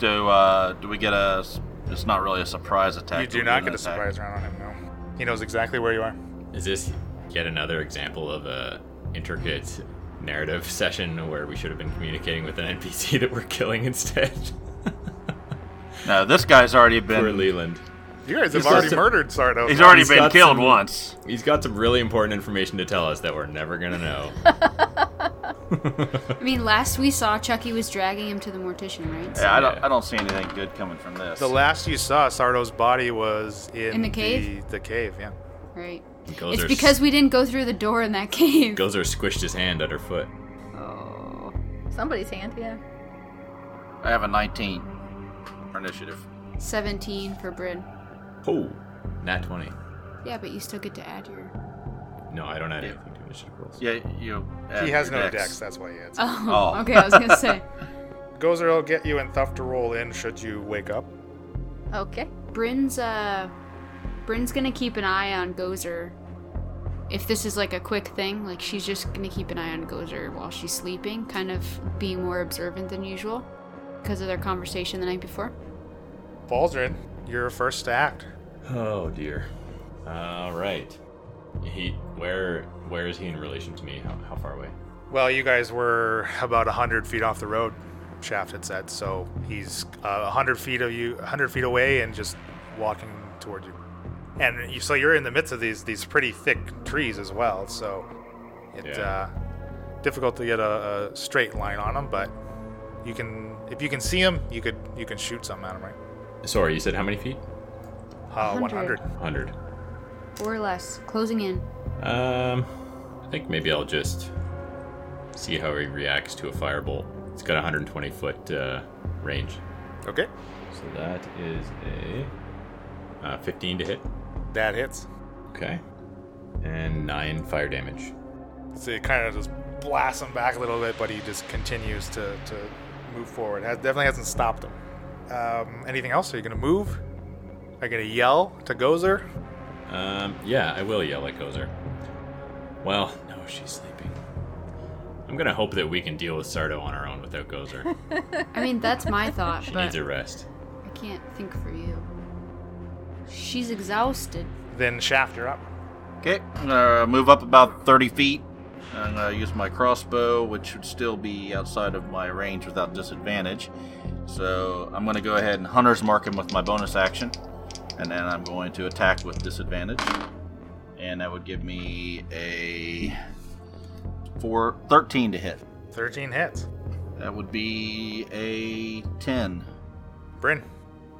S5: Do uh do we get a? s- It's not really a surprise attack.
S1: you do
S5: we
S1: not
S5: an
S1: get a
S5: attack?
S1: surprise round on him no he knows exactly where you are
S6: Is this yet another example of a intricate narrative session where we should have been communicating with an NPC that we're killing instead?
S5: No, this guy's already been.
S6: Poor Leland.
S1: You guys have
S6: He's
S1: already
S6: also-
S1: murdered Sardo. Um,
S5: He's already
S6: He's
S5: been
S6: got
S5: killed
S6: some-
S5: once.
S6: He's got some really important information to tell us that we're never gonna know.
S3: I mean, last we saw, Chucky was dragging him to the mortician, right?
S5: Yeah, I don't.
S6: Yeah.
S5: I don't see anything good coming from this.
S1: the last you saw Sardo's body was in,
S3: In the cave?
S1: The, the cave, yeah.
S3: Right.
S6: Gozer
S3: it's
S6: s-
S3: because we didn't go through the door in that cave.
S6: Gozer squished his hand underfoot.
S3: Oh.
S7: Somebody's hand, yeah.
S5: I have a 19 for initiative.
S3: 17 for Bryn.
S6: Oh, nat 20.
S3: Yeah, but you still get to add your.
S6: No, I don't add anything to it. initiative rolls.
S5: Yeah, you. add
S1: He has
S5: your
S1: no
S5: dex.
S1: decks, that's why he adds.
S3: Oh,
S5: Oh.
S3: okay. I was gonna say
S1: Gozer will get you and Thuff to roll in should you wake up.
S7: Okay.
S3: Bryn's uh, Bryn's gonna keep an eye on Gozer. If this is like a quick thing, like she's just gonna keep an eye on Gozer while she's sleeping, kind of being more observant than usual because of their conversation the night before.
S1: Baldrin, your first act.
S6: Oh dear. All right. He where where is he in relation to me? How, how far away?
S1: Well, you guys were about 100 feet off the road, Shaft had said, so he's uh, 100 feet of you, 100 feet away and just walking toward you. And you, so you're in the midst of these these pretty thick trees as well, so it's
S6: Yeah.
S1: uh, difficult to get a, a straight line on them, but you can if you can see them, you could you can shoot something at them, right?
S6: Sorry, you said how many feet?
S1: Uh,
S3: 100.
S1: 100.
S6: Hundred.
S3: Or less. Closing in.
S6: Um, I think maybe I'll just see how he reacts to a firebolt. It's got 120 foot uh, range,
S1: Okay,
S6: so that is a uh, 15 to hit.
S1: that hits.
S6: Okay, and nine fire damage.
S1: So it kind of just blasts him back a little bit, but he just continues to, to move forward. Has, definitely hasn't stopped him. Um, anything else? Are you going to move? Are you going to yell to Gozer?
S6: Um, yeah, I will yell at Gozer. Well, no, she's sleeping. I'm gonna hope that we can deal with Sardo on our own without Gozer.
S3: I mean, that's my thought,
S6: She needs
S3: but
S6: a rest.
S3: I can't think for you. She's exhausted.
S1: Then Shaft, you're up.
S5: Okay, I'm gonna move up about 30 feet. I'm gonna use my crossbow, which would still be outside of my range without disadvantage. So I'm gonna go ahead and hunter's mark him with my bonus action, and then I'm going to attack with disadvantage, and that would give me a four, 13 to hit.
S1: 13 hits.
S5: That would be a 10.
S1: Bryn,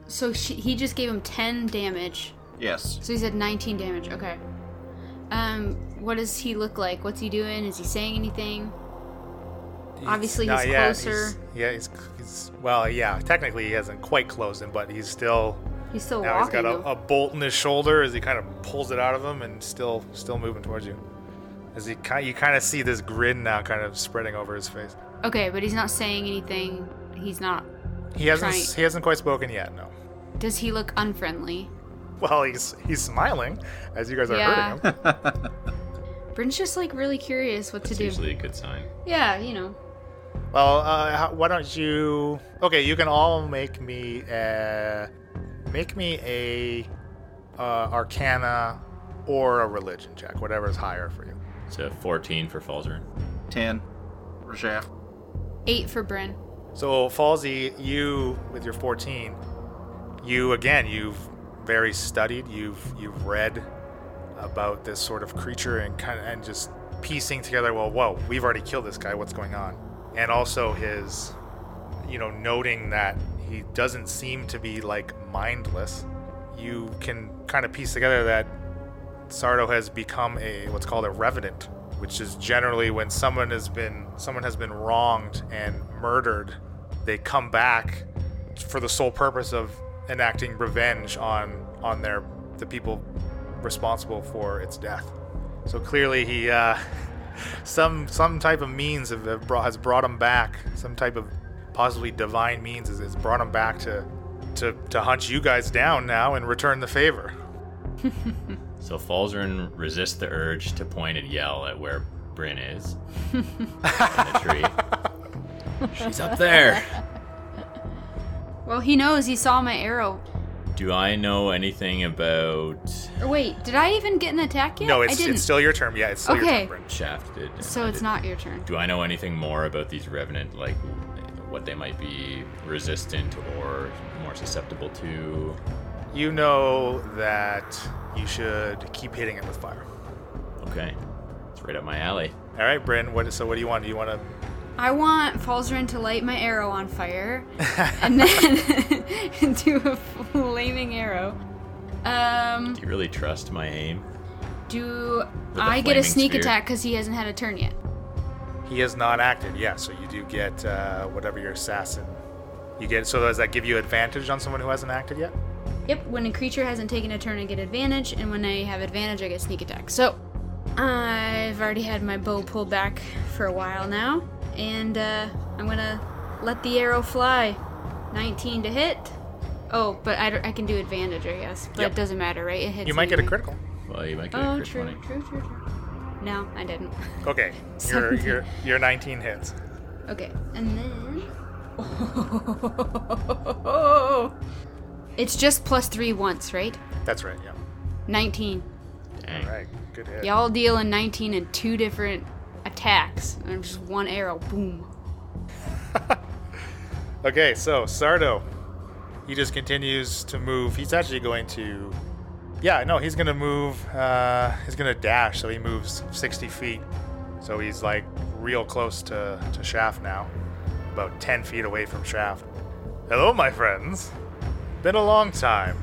S3: So she, he just gave him 10 damage.
S5: Yes.
S3: So he said 19 damage. Okay. Um, what does he look like? What's he doing? Is he saying anything? Obviously,
S1: Nah,
S3: he's
S1: yeah,
S3: closer.
S1: he's- yeah, he's, he's. Well, yeah, technically he hasn't quite closed him, but he's still.
S3: He's still
S1: Now he's
S3: walking.
S1: got a,
S3: though.
S1: a bolt in his shoulder as he kind of pulls it out of him and still still moving towards you. As he kind, you kind of see this grin now kind of spreading over his face.
S3: Okay, but he's not saying anything. He's not.
S1: He hasn't
S3: Trying-
S1: he hasn't quite spoken yet. No.
S3: Does he look unfriendly?
S1: Well, he's he's smiling as you guys are
S3: Yeah.
S1: hurting him.
S3: Bryn's just like really curious what
S6: That's
S3: to do.
S6: usually a good sign.
S3: Yeah, you know.
S1: Well, uh, how- why don't you? Okay, you can all make me uh, make me a uh, Arcana or a Religion check, whatever's higher for you.
S6: It's a 14 for Falzarin.
S5: 10 for shaft.
S3: Eight for Bryn.
S1: So, Falsey, you with your 14, you again, you've very studied, you've you've read about this sort of creature and kind of and just piecing together. Well, whoa, we've already killed this guy. What's going on? And also his, you know, noting that he doesn't seem to be like mindless. You can kind of piece together that Sardo has become a what's called a revenant, which is generally when someone has been someone has been wronged and murdered, they come back for the sole purpose of enacting revenge on on their the people responsible for its death. So clearly he uh, some some type of means have, have brought, has brought him back. Some type of possibly divine means has, has brought him back to to to hunt you guys down now and return the favor.
S6: So Falzarin resists the urge to point and yell at where Bryn is in the tree. She's up there.
S3: Well, he knows he saw my arrow.
S6: Do I know anything about
S3: Or wait, did I even get an attack yet?
S1: no,
S3: I
S1: it's
S3: didn't.
S1: it's still your term. Yeah, it's still your
S3: Okay.
S1: term, Bryn.
S6: Shaft? Did,
S3: so it's
S6: did-
S3: not your turn.
S6: Do I know anything more about these revenant, like what they might be resistant or more susceptible to?
S1: You know that you should keep hitting it with fire.
S6: Okay, it's right up my alley.
S1: All right, Bryn. What? So what do you want? Do you want to?
S3: I want Falzarin to light my arrow on fire and then do a flaming arrow. Um,
S6: Do you really trust my aim?
S3: do
S6: With a
S3: I get a
S6: flaming
S3: sneak
S6: spear.
S3: attack because he hasn't had a turn yet?
S1: He has not acted. Yeah. So you do get uh, whatever your assassin. You get. So does that give you advantage on someone who hasn't acted yet?
S3: Yep, when a creature hasn't taken a turn, I get advantage, and when I have advantage, I get sneak attack. So I've already had my bow pulled back for a while now, and uh, I'm gonna let the arrow fly. 19 to hit. Oh, but I, don't- I can do advantage, I guess. But
S1: Yep.
S3: it doesn't matter, right? It hits.
S1: You might get a
S3: anyway.
S1: critical.
S6: Well, you might get a
S3: Oh,
S6: crit
S3: true,
S6: 20.
S3: true, true, true. No, I didn't.
S1: Okay, your
S3: Seventeen.
S1: your your 19 hits.
S3: Okay, and then. It's just plus three once, right?
S1: That's right. Yeah.
S3: 19.
S6: Dang.
S1: All right. Good hit.
S3: Y'all deal in 19 in two different attacks, and just one arrow. Boom.
S1: Okay, so Sardo, he just continues to move. He's actually going to, yeah, no, he's gonna move. Uh, he's gonna dash, so he moves 60 feet. So he's like real close to to Shaft now, about 10 feet away from Shaft. Hello, my friends. Been a long time.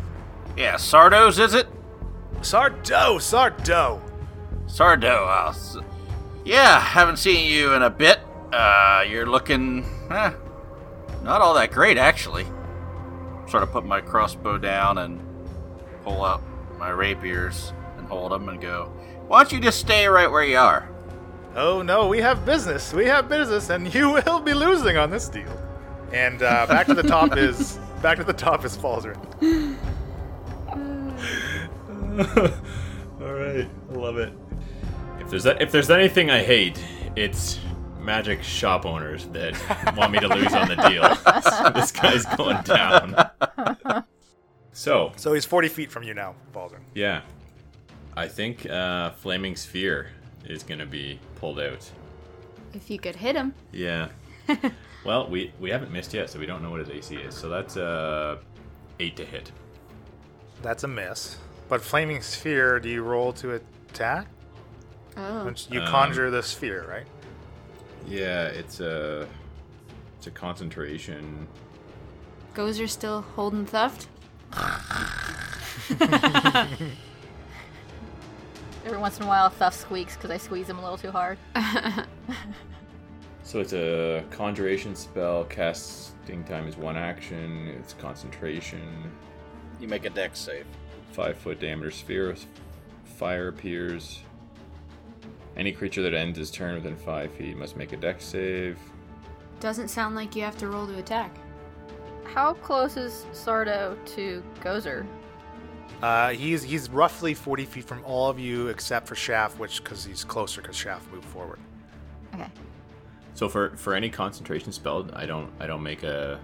S5: Yeah, Sardos, is it?
S1: Sardo, Sardo.
S5: Sardo. Uh, s- yeah, haven't seen you in a bit. Uh, you're looking, eh, not all that great actually. Sort of put my crossbow down and pull out my rapiers and hold them and go. Why don't you just stay right where you are?
S1: Oh no, we have business. We have business, and you will be losing on this deal. And uh, back to the top is back to the top is Falzarin.
S6: All right, I love it. If there's a, if there's anything I hate, it's magic shop owners that want me to lose on the deal. this guy's going down. So
S1: So he's 40 feet from you now, Baldwin.
S6: yeah, I think uh, flaming sphere is gonna be pulled out.
S3: If you could hit him.
S6: Yeah. well, we we haven't missed yet, so we don't know what his AC is. So that's uh eight to hit.
S1: That's a miss. But Flaming Sphere, do you roll to attack?
S3: Oh.
S1: Once You
S6: Um,
S1: conjure the sphere, right?
S6: Yeah, it's a it's a concentration.
S3: Gozer still holding thuft?
S7: Every once in a while, Thuff squeaks because I squeeze him a little too hard.
S6: So it's a conjuration spell. Casting time is one action. It's concentration.
S5: You make a deck save.
S6: Five foot diameter sphere. of Fire appears. Any creature that ends his turn within five feet must make a dex save.
S3: Doesn't sound like you have to roll to attack.
S7: How close is Sardo to Gozer?
S1: Uh, he's he's roughly 40 feet from all of you except for Shaft, which because he's closer because Shaft moved forward.
S7: Okay.
S6: So for for any concentration spell, I don't I don't make a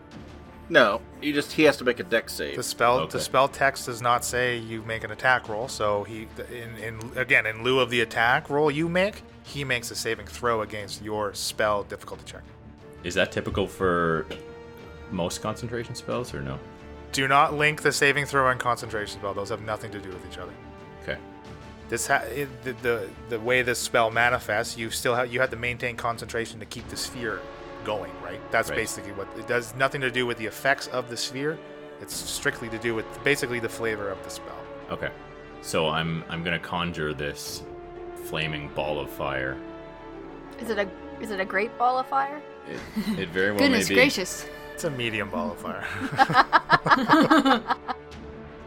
S5: No, you just he has to make a deck
S1: The
S5: save.
S1: spell
S6: Okay.
S1: the spell text does not say you make an attack roll, so he in, in again in lieu of the attack roll you make, he makes a saving throw against your spell difficulty check.
S6: Is that typical for most concentration spells or no?
S1: Do not link the saving throw and concentration spell; those have nothing to do with each other.
S6: Okay.
S1: This ha- it, the, the the way this spell manifests, you still have you have to maintain concentration to keep the sphere going, right? That's
S6: Right.
S1: basically what it does. Nothing to do with the effects of the sphere. It's strictly to do with basically the flavor of the spell.
S6: Okay. So I'm I'm gonna conjure this flaming ball of fire.
S7: Is it a is it a great ball of fire?
S6: It, it very well
S3: Goodness
S6: may be.
S3: gracious.
S1: It's a medium ball of fire.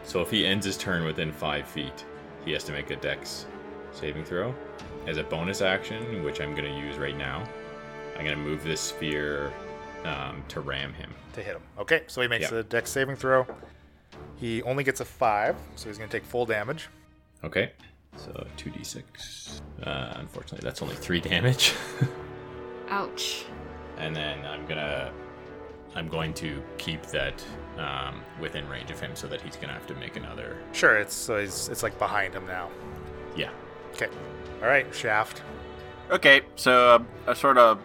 S6: So if he ends his turn within five feet, he has to make a dex saving throw. As a bonus action, which I'm gonna use right now, I'm gonna move this sphere um, to ram him.
S1: to hit him. Okay, so he makes
S6: Yeah.
S1: a dex saving throw. He only gets a five, so he's going to take full damage.
S6: Okay. So 2d6. Uh, unfortunately, that's only three damage.
S3: Ouch.
S6: and then I'm gonna I'm going to keep that um, within range of him so that he's gonna have to make another
S1: Sure, it's so he's it's like behind him now.
S6: yeah
S1: Okay, all right, shaft.
S5: Okay, so uh, I sort of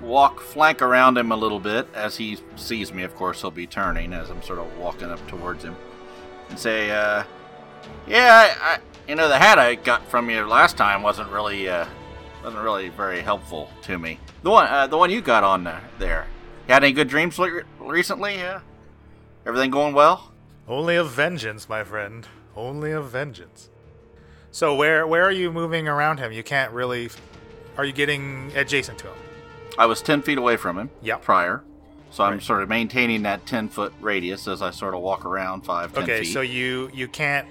S5: walk flank around him a little bit as he sees me. Of course, he'll be turning as I'm sort of walking up towards him and say, uh, "Yeah, I, I, you know, the hat I got from you last time wasn't really uh, wasn't really very helpful to me. The one uh, the one you got on uh, there. You had any good dreams le- recently? Yeah, everything going well?
S1: Only a vengeance, my friend. Only a vengeance. So where where are you moving around him? You can't really. Are you getting adjacent to him?
S5: I was 10 feet away from him
S1: Yep.
S5: prior, so I'm sort of maintaining that 10 foot radius as I sort of walk around 5, 10
S1: Okay,
S5: feet.
S1: so you you can't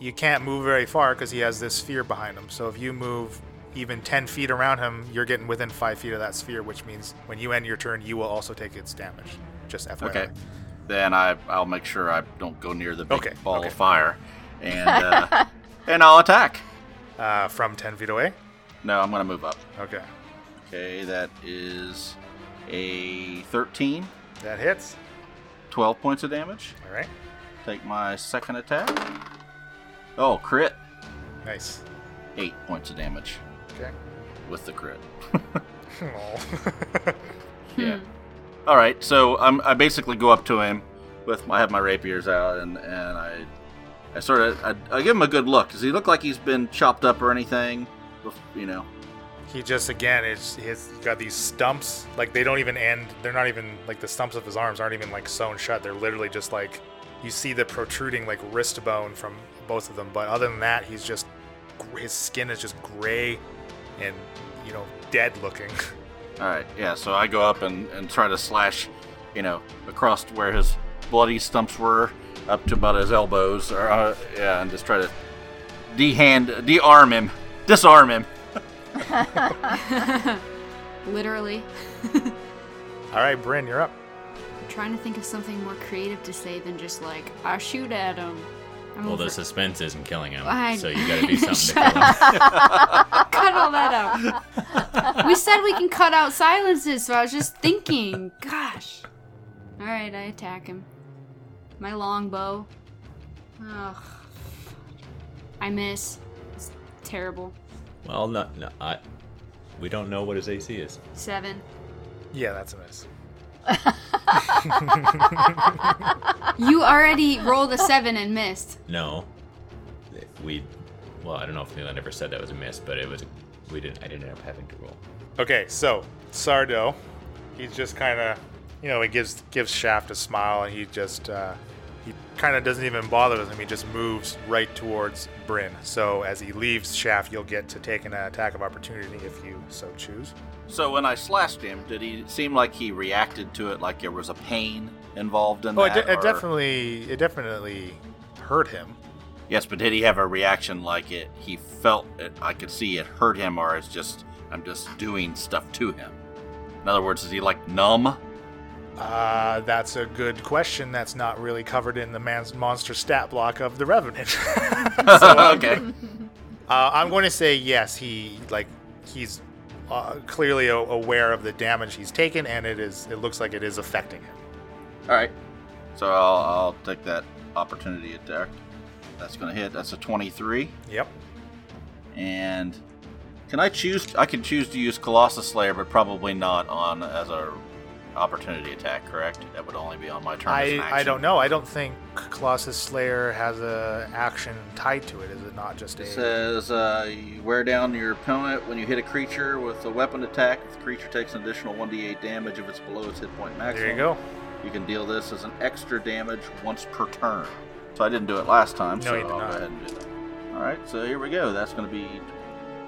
S1: you can't move very far because he has this sphere behind him. So if you move even 10 feet around him, you're getting within 5 feet of that sphere, which means when you end your turn, you will also take its damage. Just FYI.
S5: Okay. Then I I'll make sure I don't go near the big
S1: Okay,
S5: ball
S1: okay.
S5: of fire, and uh, and I'll attack.
S1: Uh, from 10 feet away?
S5: No, I'm gonna move up.
S1: Okay.
S5: Okay, that is a 13,
S1: That hits.
S5: 12 points of damage.
S1: All right.
S5: Take my second attack. Oh, crit,
S1: Nice.
S5: eight points of damage
S1: Okay.
S5: with the crit.
S1: Aw. Hmm.
S5: Yeah. All right, so I'm, I basically go up to him with I have my rapiers out and and I I sort of I, I give him a good look. Does he look like he's been chopped up or anything? Bef- You know.
S1: he just again is he's got these stumps like they don't even end they're not even like the stumps of his arms aren't even like sewn shut they're literally just like you see the protruding like wrist bone from both of them but other than that he's just his skin is just gray and you know dead looking
S5: All right, yeah. So I go up and and try to slash, you know, across to where his bloody stumps were, up to about his elbows, or uh, yeah, and just try to de-hand, de-arm him, disarm him.
S3: Literally.
S1: all right bryn you're up
S3: I'm trying to think of something more creative to say than just like, I shoot at him. I'm
S6: Well,
S3: over-
S6: the suspense isn't killing him,
S3: I-
S6: so you gotta do something to kill him.
S3: cut all that out. we said we can cut out silences, so I was just thinking. Gosh. All right, I attack him. My longbow. Ugh. I miss. It's terrible.
S6: Well, no, no, I. We don't know what his AC is.
S3: Seven.
S1: yeah that's a miss
S3: You already rolled a seven and missed.
S6: No, we. Well, I don't know if Leland ever said that was a miss, but it was. We didn't. I didn't end up having to roll.
S1: Okay, so Sardo, he's just kind of, you know, he gives gives Shaft a smile, and he just uh, he kind of doesn't even bother with him. He just moves right towards Bryn. So as he leaves Shaft, you'll get to take an attack of opportunity if you so choose.
S5: So when I slashed him, did he seem like he reacted to it like there was a pain involved in
S1: Oh, it,
S5: that?
S1: de- it
S5: or-
S1: definitely it definitely hurt him.
S5: Yes, but did he have a reaction like it? He felt it. I could see it hurt him, or it's just I'm just doing stuff to him. In other words, is he like numb?
S1: Uh, that's a good question. That's not really covered in the man's monster stat block of the Revenant.
S5: okay.
S1: Uh, I'm going to say yes. He like he's uh, clearly a- aware of the damage he's taken, and it is it looks like it is affecting him.
S5: All right. So I'll, I'll take that opportunity attack. That's going to hit. That's a 23.
S1: Yep.
S5: And can I choose? I can choose to use Colossus Slayer, but probably not on as a opportunity attack. Correct? That would only be on my turn. as an
S1: I I
S5: action.
S1: don't know. I don't think Colossus Slayer has a action tied to it. Is it not just a?
S5: It says uh, you wear down your opponent when you hit a creature with a weapon attack. If the creature takes an additional 1d8 damage if it's below its hit point maximum.
S1: there you go.
S5: You can deal this as an extra damage once per turn. So I didn't do it last time,
S1: No,
S5: so
S1: you did
S5: I'll
S1: not.
S5: go ahead and do that. All right, so here we go. That's going to be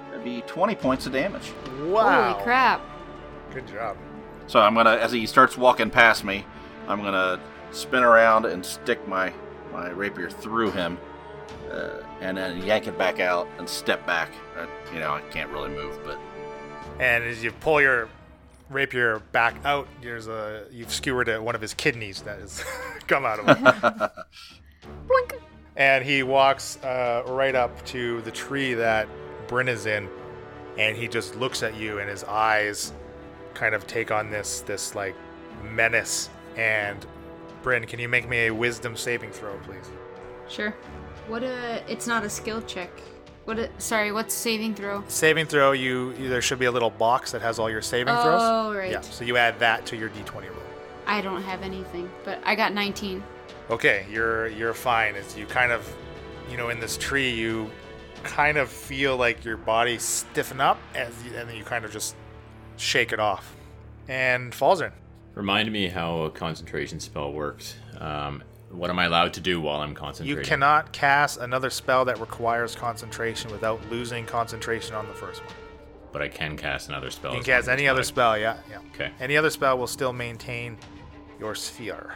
S5: that'd be 20 points of damage.
S1: Wow.
S3: Holy crap.
S1: Good job.
S5: So I'm gonna, as he starts walking past me, I'm gonna spin around and stick my my rapier through him, uh, and then yank it back out and step back. Uh, you know, I can't really move, but
S1: And as you pull your rapier back out, there's a you've skewered at one of his kidneys that has come out of him.
S7: Blink.
S1: and he walks uh, right up to the tree that Bryn is in, and he just looks at you, and his eyes kind of take on this this like menace. And Bryn, can you make me a wisdom saving throw, please?
S3: Sure. What a. It's not a skill check. What a. Sorry, what's saving throw?
S1: Saving throw, you there should be a little box that has all your saving throws.
S3: Oh, right.
S1: Yeah, so you add that to your d20 roll.
S3: I don't have anything, but I got 19.
S1: okay you're you're fine it's you kind of you know in this tree you kind of feel like your body stiffen up as you, and then you kind of just shake it off and falls in
S6: Remind me how a concentration spell works. Um, what am I allowed to do while I'm
S1: you
S6: concentrating?
S1: cannot cast another spell that requires concentration without losing concentration on the first one
S6: But I can cast another spell.
S1: you can
S6: as long
S1: cast
S6: as
S1: any
S6: it's
S1: other
S6: not a-
S1: spell yeah yeah
S6: Okay.
S1: any other spell will still maintain your sphere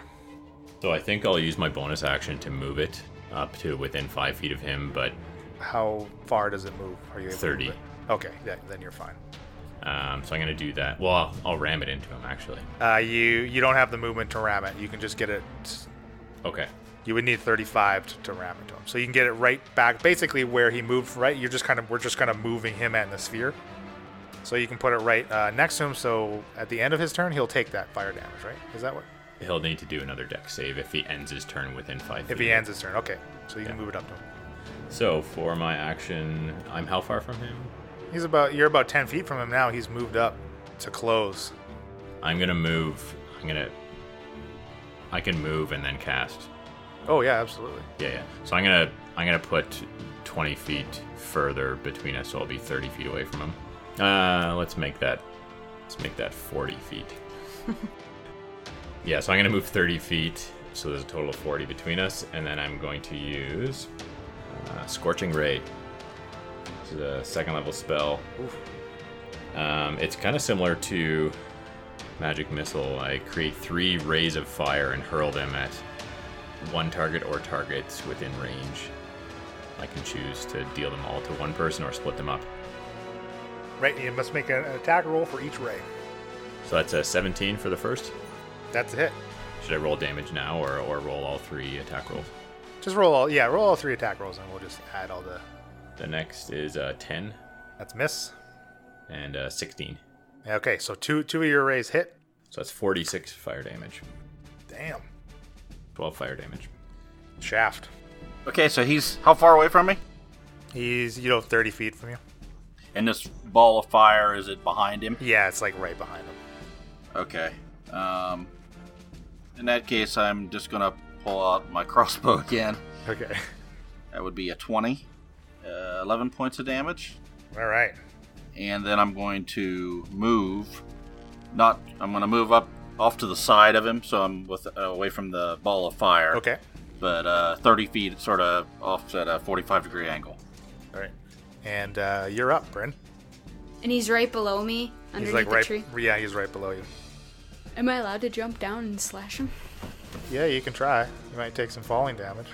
S6: So I think I'll use my bonus action to move it up to within five feet of him, but
S1: How far does it move? Are you able to move
S6: 30.
S1: it? Okay, yeah, then you're fine.
S6: um, so I'm gonna do that. Well, I'll, I'll ram it into him actually.
S1: Uh, you you don't have the movement to ram it. You can just get it.
S6: Okay.
S1: You would need 35 to, to ram it to him, so you can get it right back, basically where he moved. Right, you're just kind of we're just kind of moving him at in the sphere, so you can put it right uh, next to him. So at the end of his turn, he'll take that fire damage. Right? Is that what?
S6: He'll need to do another deck save if he ends his turn within five.
S1: If
S6: feet.
S1: he ends his turn, okay. So you can move it up to him.
S6: So for my action, I'm how far from him?
S1: He's about you're about 10 feet from him now. He's moved up to close.
S6: I'm gonna move. I'm gonna. I can move and then cast.
S1: Oh yeah, absolutely.
S6: Yeah, yeah. So I'm gonna I'm gonna put 20 feet further between us, so I'll be 30 feet away from him. Uh, let's make that let's make that 40 feet. yeah, so I'm gonna move 30 feet, so there's a total of 40 between us, and then I'm going to use uh, Scorching Ray. This is a second level spell. Um, it's kind of similar to Magic Missile. I create three rays of fire and hurl them at one target or targets within range. I can choose to deal them all to one person or split them up.
S1: Right, you must make an attack roll for each ray.
S6: So that's a 17 for the first.
S1: That's a hit.
S6: Should I roll damage now or, or roll all three attack rolls?
S1: Just roll all yeah, roll all three attack rolls and we'll just add all the
S6: The next is a 10
S1: that's miss.
S6: and a 16.
S1: Okay, so two two of your rays hit.
S6: So that's 46 fire damage,
S1: Damn.
S6: 12 fire damage.
S1: Shaft.
S5: Okay, so he's how far away from me?
S1: He's you know 30 feet from you.
S5: And this ball of fire is it behind him?
S1: Yeah, it's like right behind him.
S5: Okay. Um, in that case, I'm just gonna pull out my crossbow again.
S1: Okay.
S5: That would be a 20, uh, 11 points of damage,
S1: All right.
S5: and then I'm going to move. Not, I'm gonna move up off to the side of him, so I'm with uh, away from the ball of fire.
S1: Okay.
S5: But uh, 30 feet, sort of off at a 45 degree angle.
S1: All right. And uh, you're up, Bryn.
S3: And he's right below me, underneath
S1: He's like
S3: the
S1: right
S3: tree.
S1: Yeah, he's right below you.
S3: Am I allowed to jump down and slash him?
S1: Yeah, you can try. You might take some falling damage.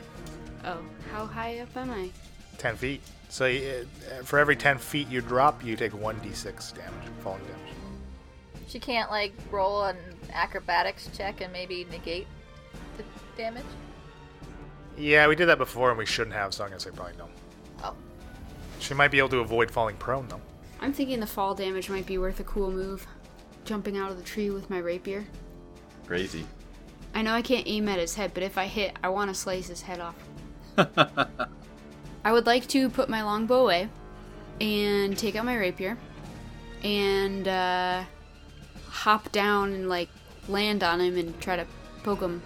S3: Oh, how high up am I?
S1: 10 feet. So you, uh, for every 10 feet you drop, you take 1d6 damage, falling damage.
S7: She can't like roll an acrobatics check and maybe negate the damage.
S1: Yeah, we did that before and we shouldn't have, so I'm going to say probably no.
S7: Oh,
S1: She might be able to avoid falling prone, though.
S3: I'm thinking the fall damage might be worth a cool move. Jumping out of the tree with my rapier.
S6: Crazy.
S3: I know I can't aim at his head, but if I hit, I want to slice his head off. I would like to put my longbow away and take out my rapier and uh, hop down and like land on him and try to poke him.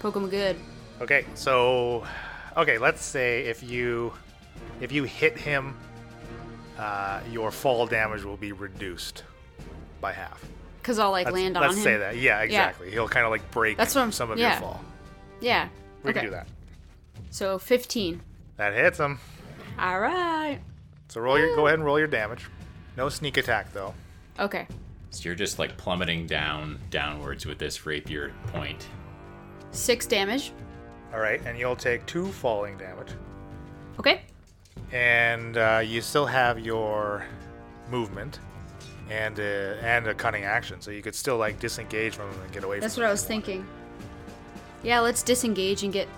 S3: Poke him good.
S1: Okay, so okay, let's say if you if you hit him, uh, your fall damage will be reduced by half.
S3: Because I'll like
S1: Let's,
S3: land on
S1: let's
S3: him.
S1: say that. Yeah, exactly. He'll kind of like break
S3: That's what I'm-
S1: some of
S3: yeah.
S1: your fall.
S3: Yeah.
S1: We
S3: okay.
S1: can do that.
S3: So 15.
S1: That hits him.
S3: All right.
S1: So roll your go ahead and roll your damage. No sneak attack though.
S3: Okay.
S6: So you're just like plummeting down, downwards with this rapier point.
S3: Six damage.
S1: All right, and you'll take two falling damage,
S3: Okay.
S1: and uh, you still have your movement and uh, and a cunning action, so you could still like disengage from him and get away.
S3: That's
S1: from
S3: what I was thinking. Yeah, let's disengage and get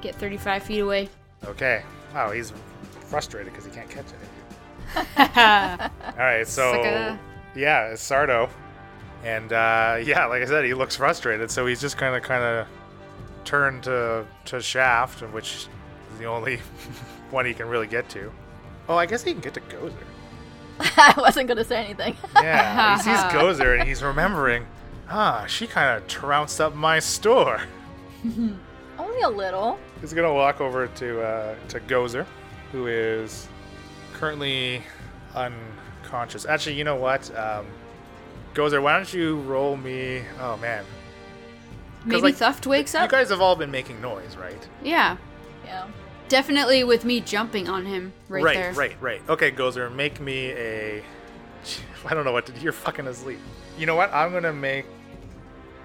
S3: get 35 feet away.
S1: Okay. Wow, he's frustrated because he can't catch it. All right, so
S3: Sucker.
S1: yeah, it's Sardo, and uh, yeah, like I said, he looks frustrated, so he's just kind of kind of turned to to Shaft, which is the only one he can really get to. Oh, I guess he can get to Gozer.
S7: I wasn't gonna say anything.
S1: Yeah, he sees Gozer and he's remembering. Ah, she kind of trounced up my store.
S7: Only a little.
S1: He's gonna walk over to uh, to Gozer, who is currently unconscious. Actually, you know what, um, Gozer, why don't you roll me? Oh man,
S3: Maybe
S1: like,
S3: Thuft wakes
S1: you
S3: up?
S1: guys have all been making noise, right?
S3: yeah.
S7: Yeah.
S3: Definitely with me jumping on him right,
S1: right,
S3: there.
S1: right, right. Okay, Gozer, make me a. I don't know what to. You're fucking asleep. You know what? I'm gonna make.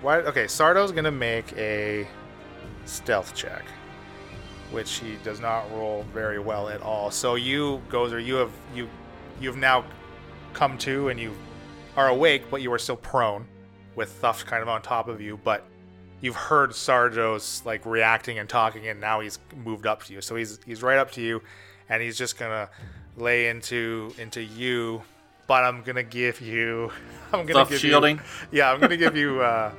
S1: Why? Okay, Sardo's gonna make a stealth check. which he does not roll very well at all. So you, Gozer, you have you you've now come to and you are awake, but you are still prone, with Thuff kind of on top of you. But you've heard Sarjo's like reacting and talking, and now he's moved up to you. So he's he's right up to you, and he's just gonna lay into into you. But I'm gonna give you I'm gonna
S5: Thuff
S1: give
S5: shielding?
S1: You, yeah, I'm gonna give you uh,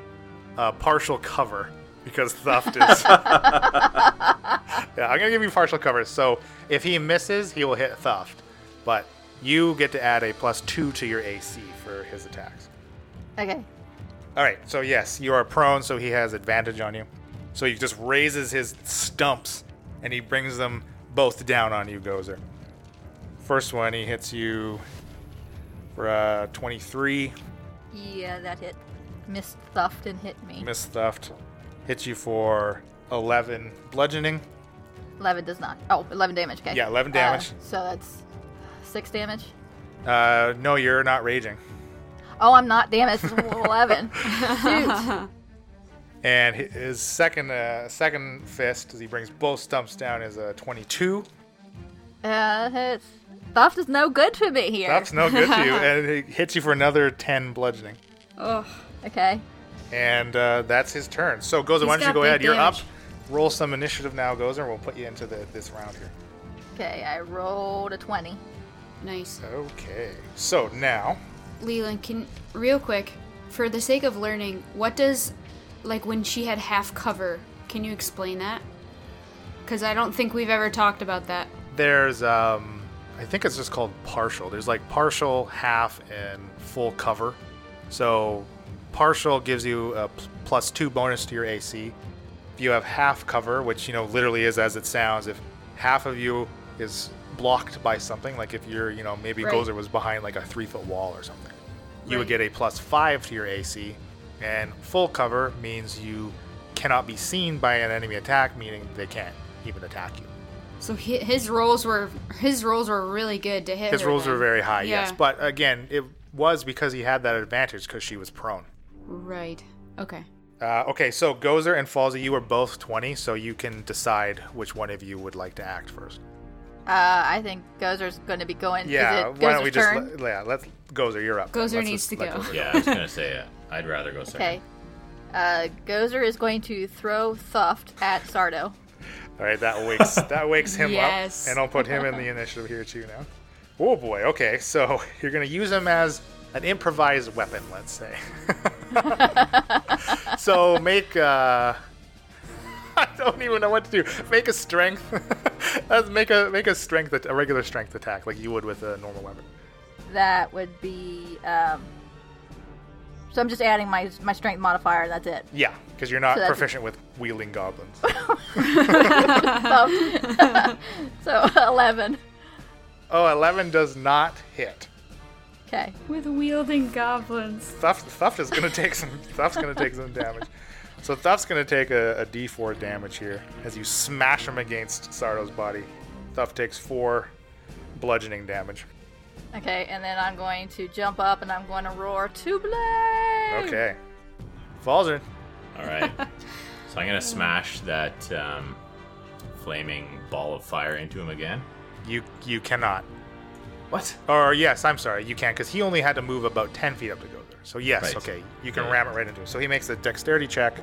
S1: uh, partial cover because Thuff is. Yeah, I'm gonna give you partial cover. So if he misses, he will hit theft, but you get to add a plus two to your AC for his attacks.
S7: Okay.
S1: All right. So yes, you are prone, so he has advantage on you. So he just raises his stumps and he brings them both down on you, Gozer. First one, he hits you for uh, 23,
S7: Yeah, that hit. Miss Thuft and hit me.
S1: miss theft, hits you for 11 bludgeoning.
S7: 11 does not. Oh, 11 damage. Okay.
S1: Yeah, 11
S7: Uh,
S1: damage.
S7: so that's 6 damage.
S1: Uh, no, you're not raging.
S7: Oh, I'm not. Damn it. It's 11. Shoot.
S1: And hi- his second uh, second fist, as he brings both stumps down, is a 22.
S7: Uh, hits. Thuft is no good to me here.
S1: That's no good to you, and he hits you for another 10 bludgeoning.
S7: Okay.
S1: And uh, that's his turn. So Gozer, why don't
S3: He's
S1: you
S3: got
S1: go
S3: big
S1: ahead? You're up.
S3: damage.
S1: Roll some initiative now, Gozer. We'll put you into the, this round here.
S7: Okay, I rolled a 20.
S3: Nice.
S1: Okay. So now,
S3: Leland, can real quick, for the sake of learning, what does like when she had half cover? Can you explain that? Because I don't think we've ever talked about that.
S1: there's um, I think it's just called partial. There's like partial, half, and full cover. So partial gives you a p- plus two bonus to your AC. If you have half cover, which you know literally is as it sounds, if half of you is blocked by something, like if you're you know maybe
S3: Right.
S1: Gozer was behind like a three foot wall or something, you would get
S3: Right.
S1: a plus five to your AC. And full cover means you cannot be seen by an enemy attack, meaning they can't even attack you.
S3: So hi- his rolls were his rolls were really good to hit.
S1: His
S3: her
S1: rolls
S3: then.
S1: were very high, yes.
S3: Yeah.
S1: But again, it was because he had that advantage because she was prone.
S3: right. Okay.
S1: Uh, okay, so Gozer and Falsey, you were both 20, so you can decide which one of you would like to act first.
S7: Uh, I think Gozer's going to be going.
S1: Yeah,
S7: is it
S1: why don't
S7: Gozer's
S1: we just
S7: turn?
S1: let- yeah, let's Gozer, you're up.
S3: Gozer
S1: Let's
S3: needs
S1: just
S3: to
S1: let
S3: go.
S1: Gozer
S6: Yeah, I was gonna say it. I'd rather go second.
S7: Okay. Uh, Gozer is going to throw Thuft at Sardo.
S1: All right, that wakes that wakes him
S3: Yes.
S1: up, and I'll put him in the initiative here too now. Oh boy, okay, so you're gonna use him as an improvised weapon, let's say. so make uh, I don't even know what to do. Make a strength. Let's make a make a strength at- a regular strength attack like you would with a normal weapon.
S7: That would be. Um, so I'm just adding my my strength modifier. and That's it.
S1: Yeah, because you're not
S7: So that's-
S1: proficient with wielding goblins.
S7: So 11.
S1: oh, 11 does not hit.
S7: Okay.
S3: With wielding goblins.
S1: Thuft, Thuft is gonna take some. Thuft's gonna take some damage. So Thuft's gonna take a, a D4 damage here as you smash him against Sardo's body. Thuft takes four bludgeoning damage.
S7: Okay, and then I'm going to jump up and I'm going to roar to blade.
S1: Okay, Falzern.
S6: All right. so I'm gonna smash that um, flaming ball of fire into him again.
S1: You you cannot.
S6: What?
S1: Or yes, I'm sorry, you can because he only had to move about 10 feet up to go there. So yes,
S6: Right.
S1: okay, you can
S6: Yeah.
S1: ram it right into him. So he makes a dexterity check,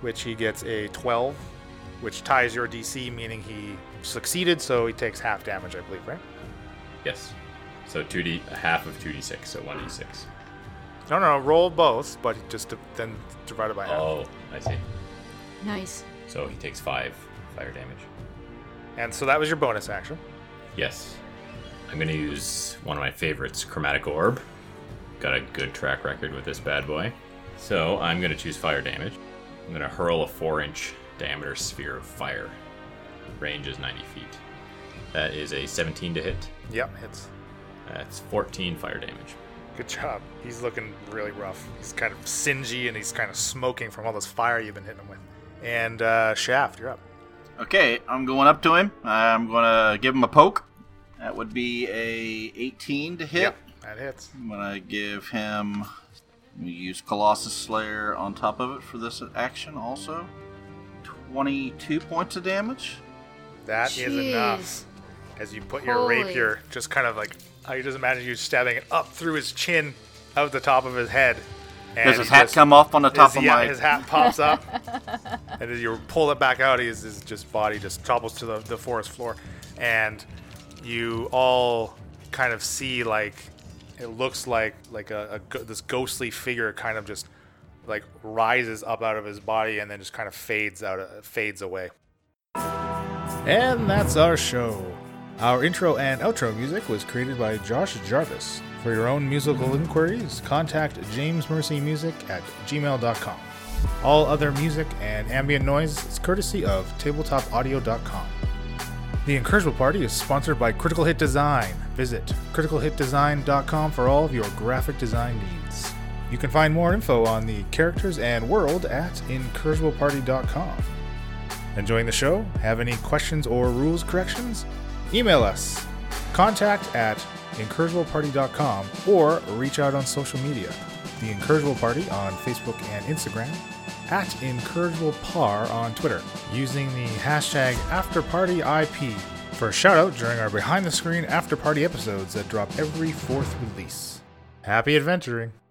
S1: which he gets a 12, which ties your DC, meaning he succeeded. So he takes half damage, I believe, right?
S6: Yes. So two d half of two d six, so one d six.
S1: No, no, no. Roll both, but just di- then divided by half.
S6: Oh, I see.
S3: Nice.
S6: So he takes five fire damage.
S1: And so that was your bonus action.
S6: Yes. I'm gonna use one of my favorites, Chromatic Orb. Got a good track record with this bad boy. So I'm gonna choose fire damage. I'm gonna hurl a four inch diameter sphere of fire. Range is 90 feet. That is a 17 to hit.
S1: Yep, hits.
S6: That's 14 fire damage.
S1: Good job. He's looking really rough. He's kind of singy and he's kind of smoking from all this fire you've been hitting him with. And uh, Shaft, you're up.
S5: Okay, I'm going up to him. I'm going to give him a poke. That would be a 18 to hit.
S1: that hits.
S5: I'm going to give him. I'm gonna use Colossus Slayer on top of it for this action also. 22 points of damage.
S3: That is enough.
S8: Jeez.
S3: As you put your
S8: Holy.
S3: rapier, just kind of like, I just imagine you stabbing it up through his chin, out the top of his head. And
S5: Does his
S3: he
S5: hat
S3: just-
S5: come off on the top
S3: his,
S5: of
S3: yeah,
S5: my?
S3: his hat pops up, and as you pull it back out, his, his just body just topples to the, the forest floor, and you all kind of see like it looks like like a, a go- this ghostly figure kind of just like rises up out of his body and then just kind of fades out of, fades away.
S1: And that's our show. Our intro and outro music was created by Josh Jarvis. For your own musical inquiries, contact jamesmercymusic at gmail.com. All other music and ambient noise is courtesy of tabletopaudio.com. The Incursible Party is sponsored by Critical Hit Design. Visit criticalhitdesign.com for all of your graphic design needs. You can find more info on the characters and world at incursibleparty.com. Enjoying the show? Have any questions or rules corrections? Email us contact at incursibleparty.com or reach out on social media. The Incursible Party on Facebook and Instagram, at IncursiblePar on Twitter, using the hashtag AfterPartyIP for a shout out during our behind the screen after party episodes that drop every fourth release. Happy adventuring!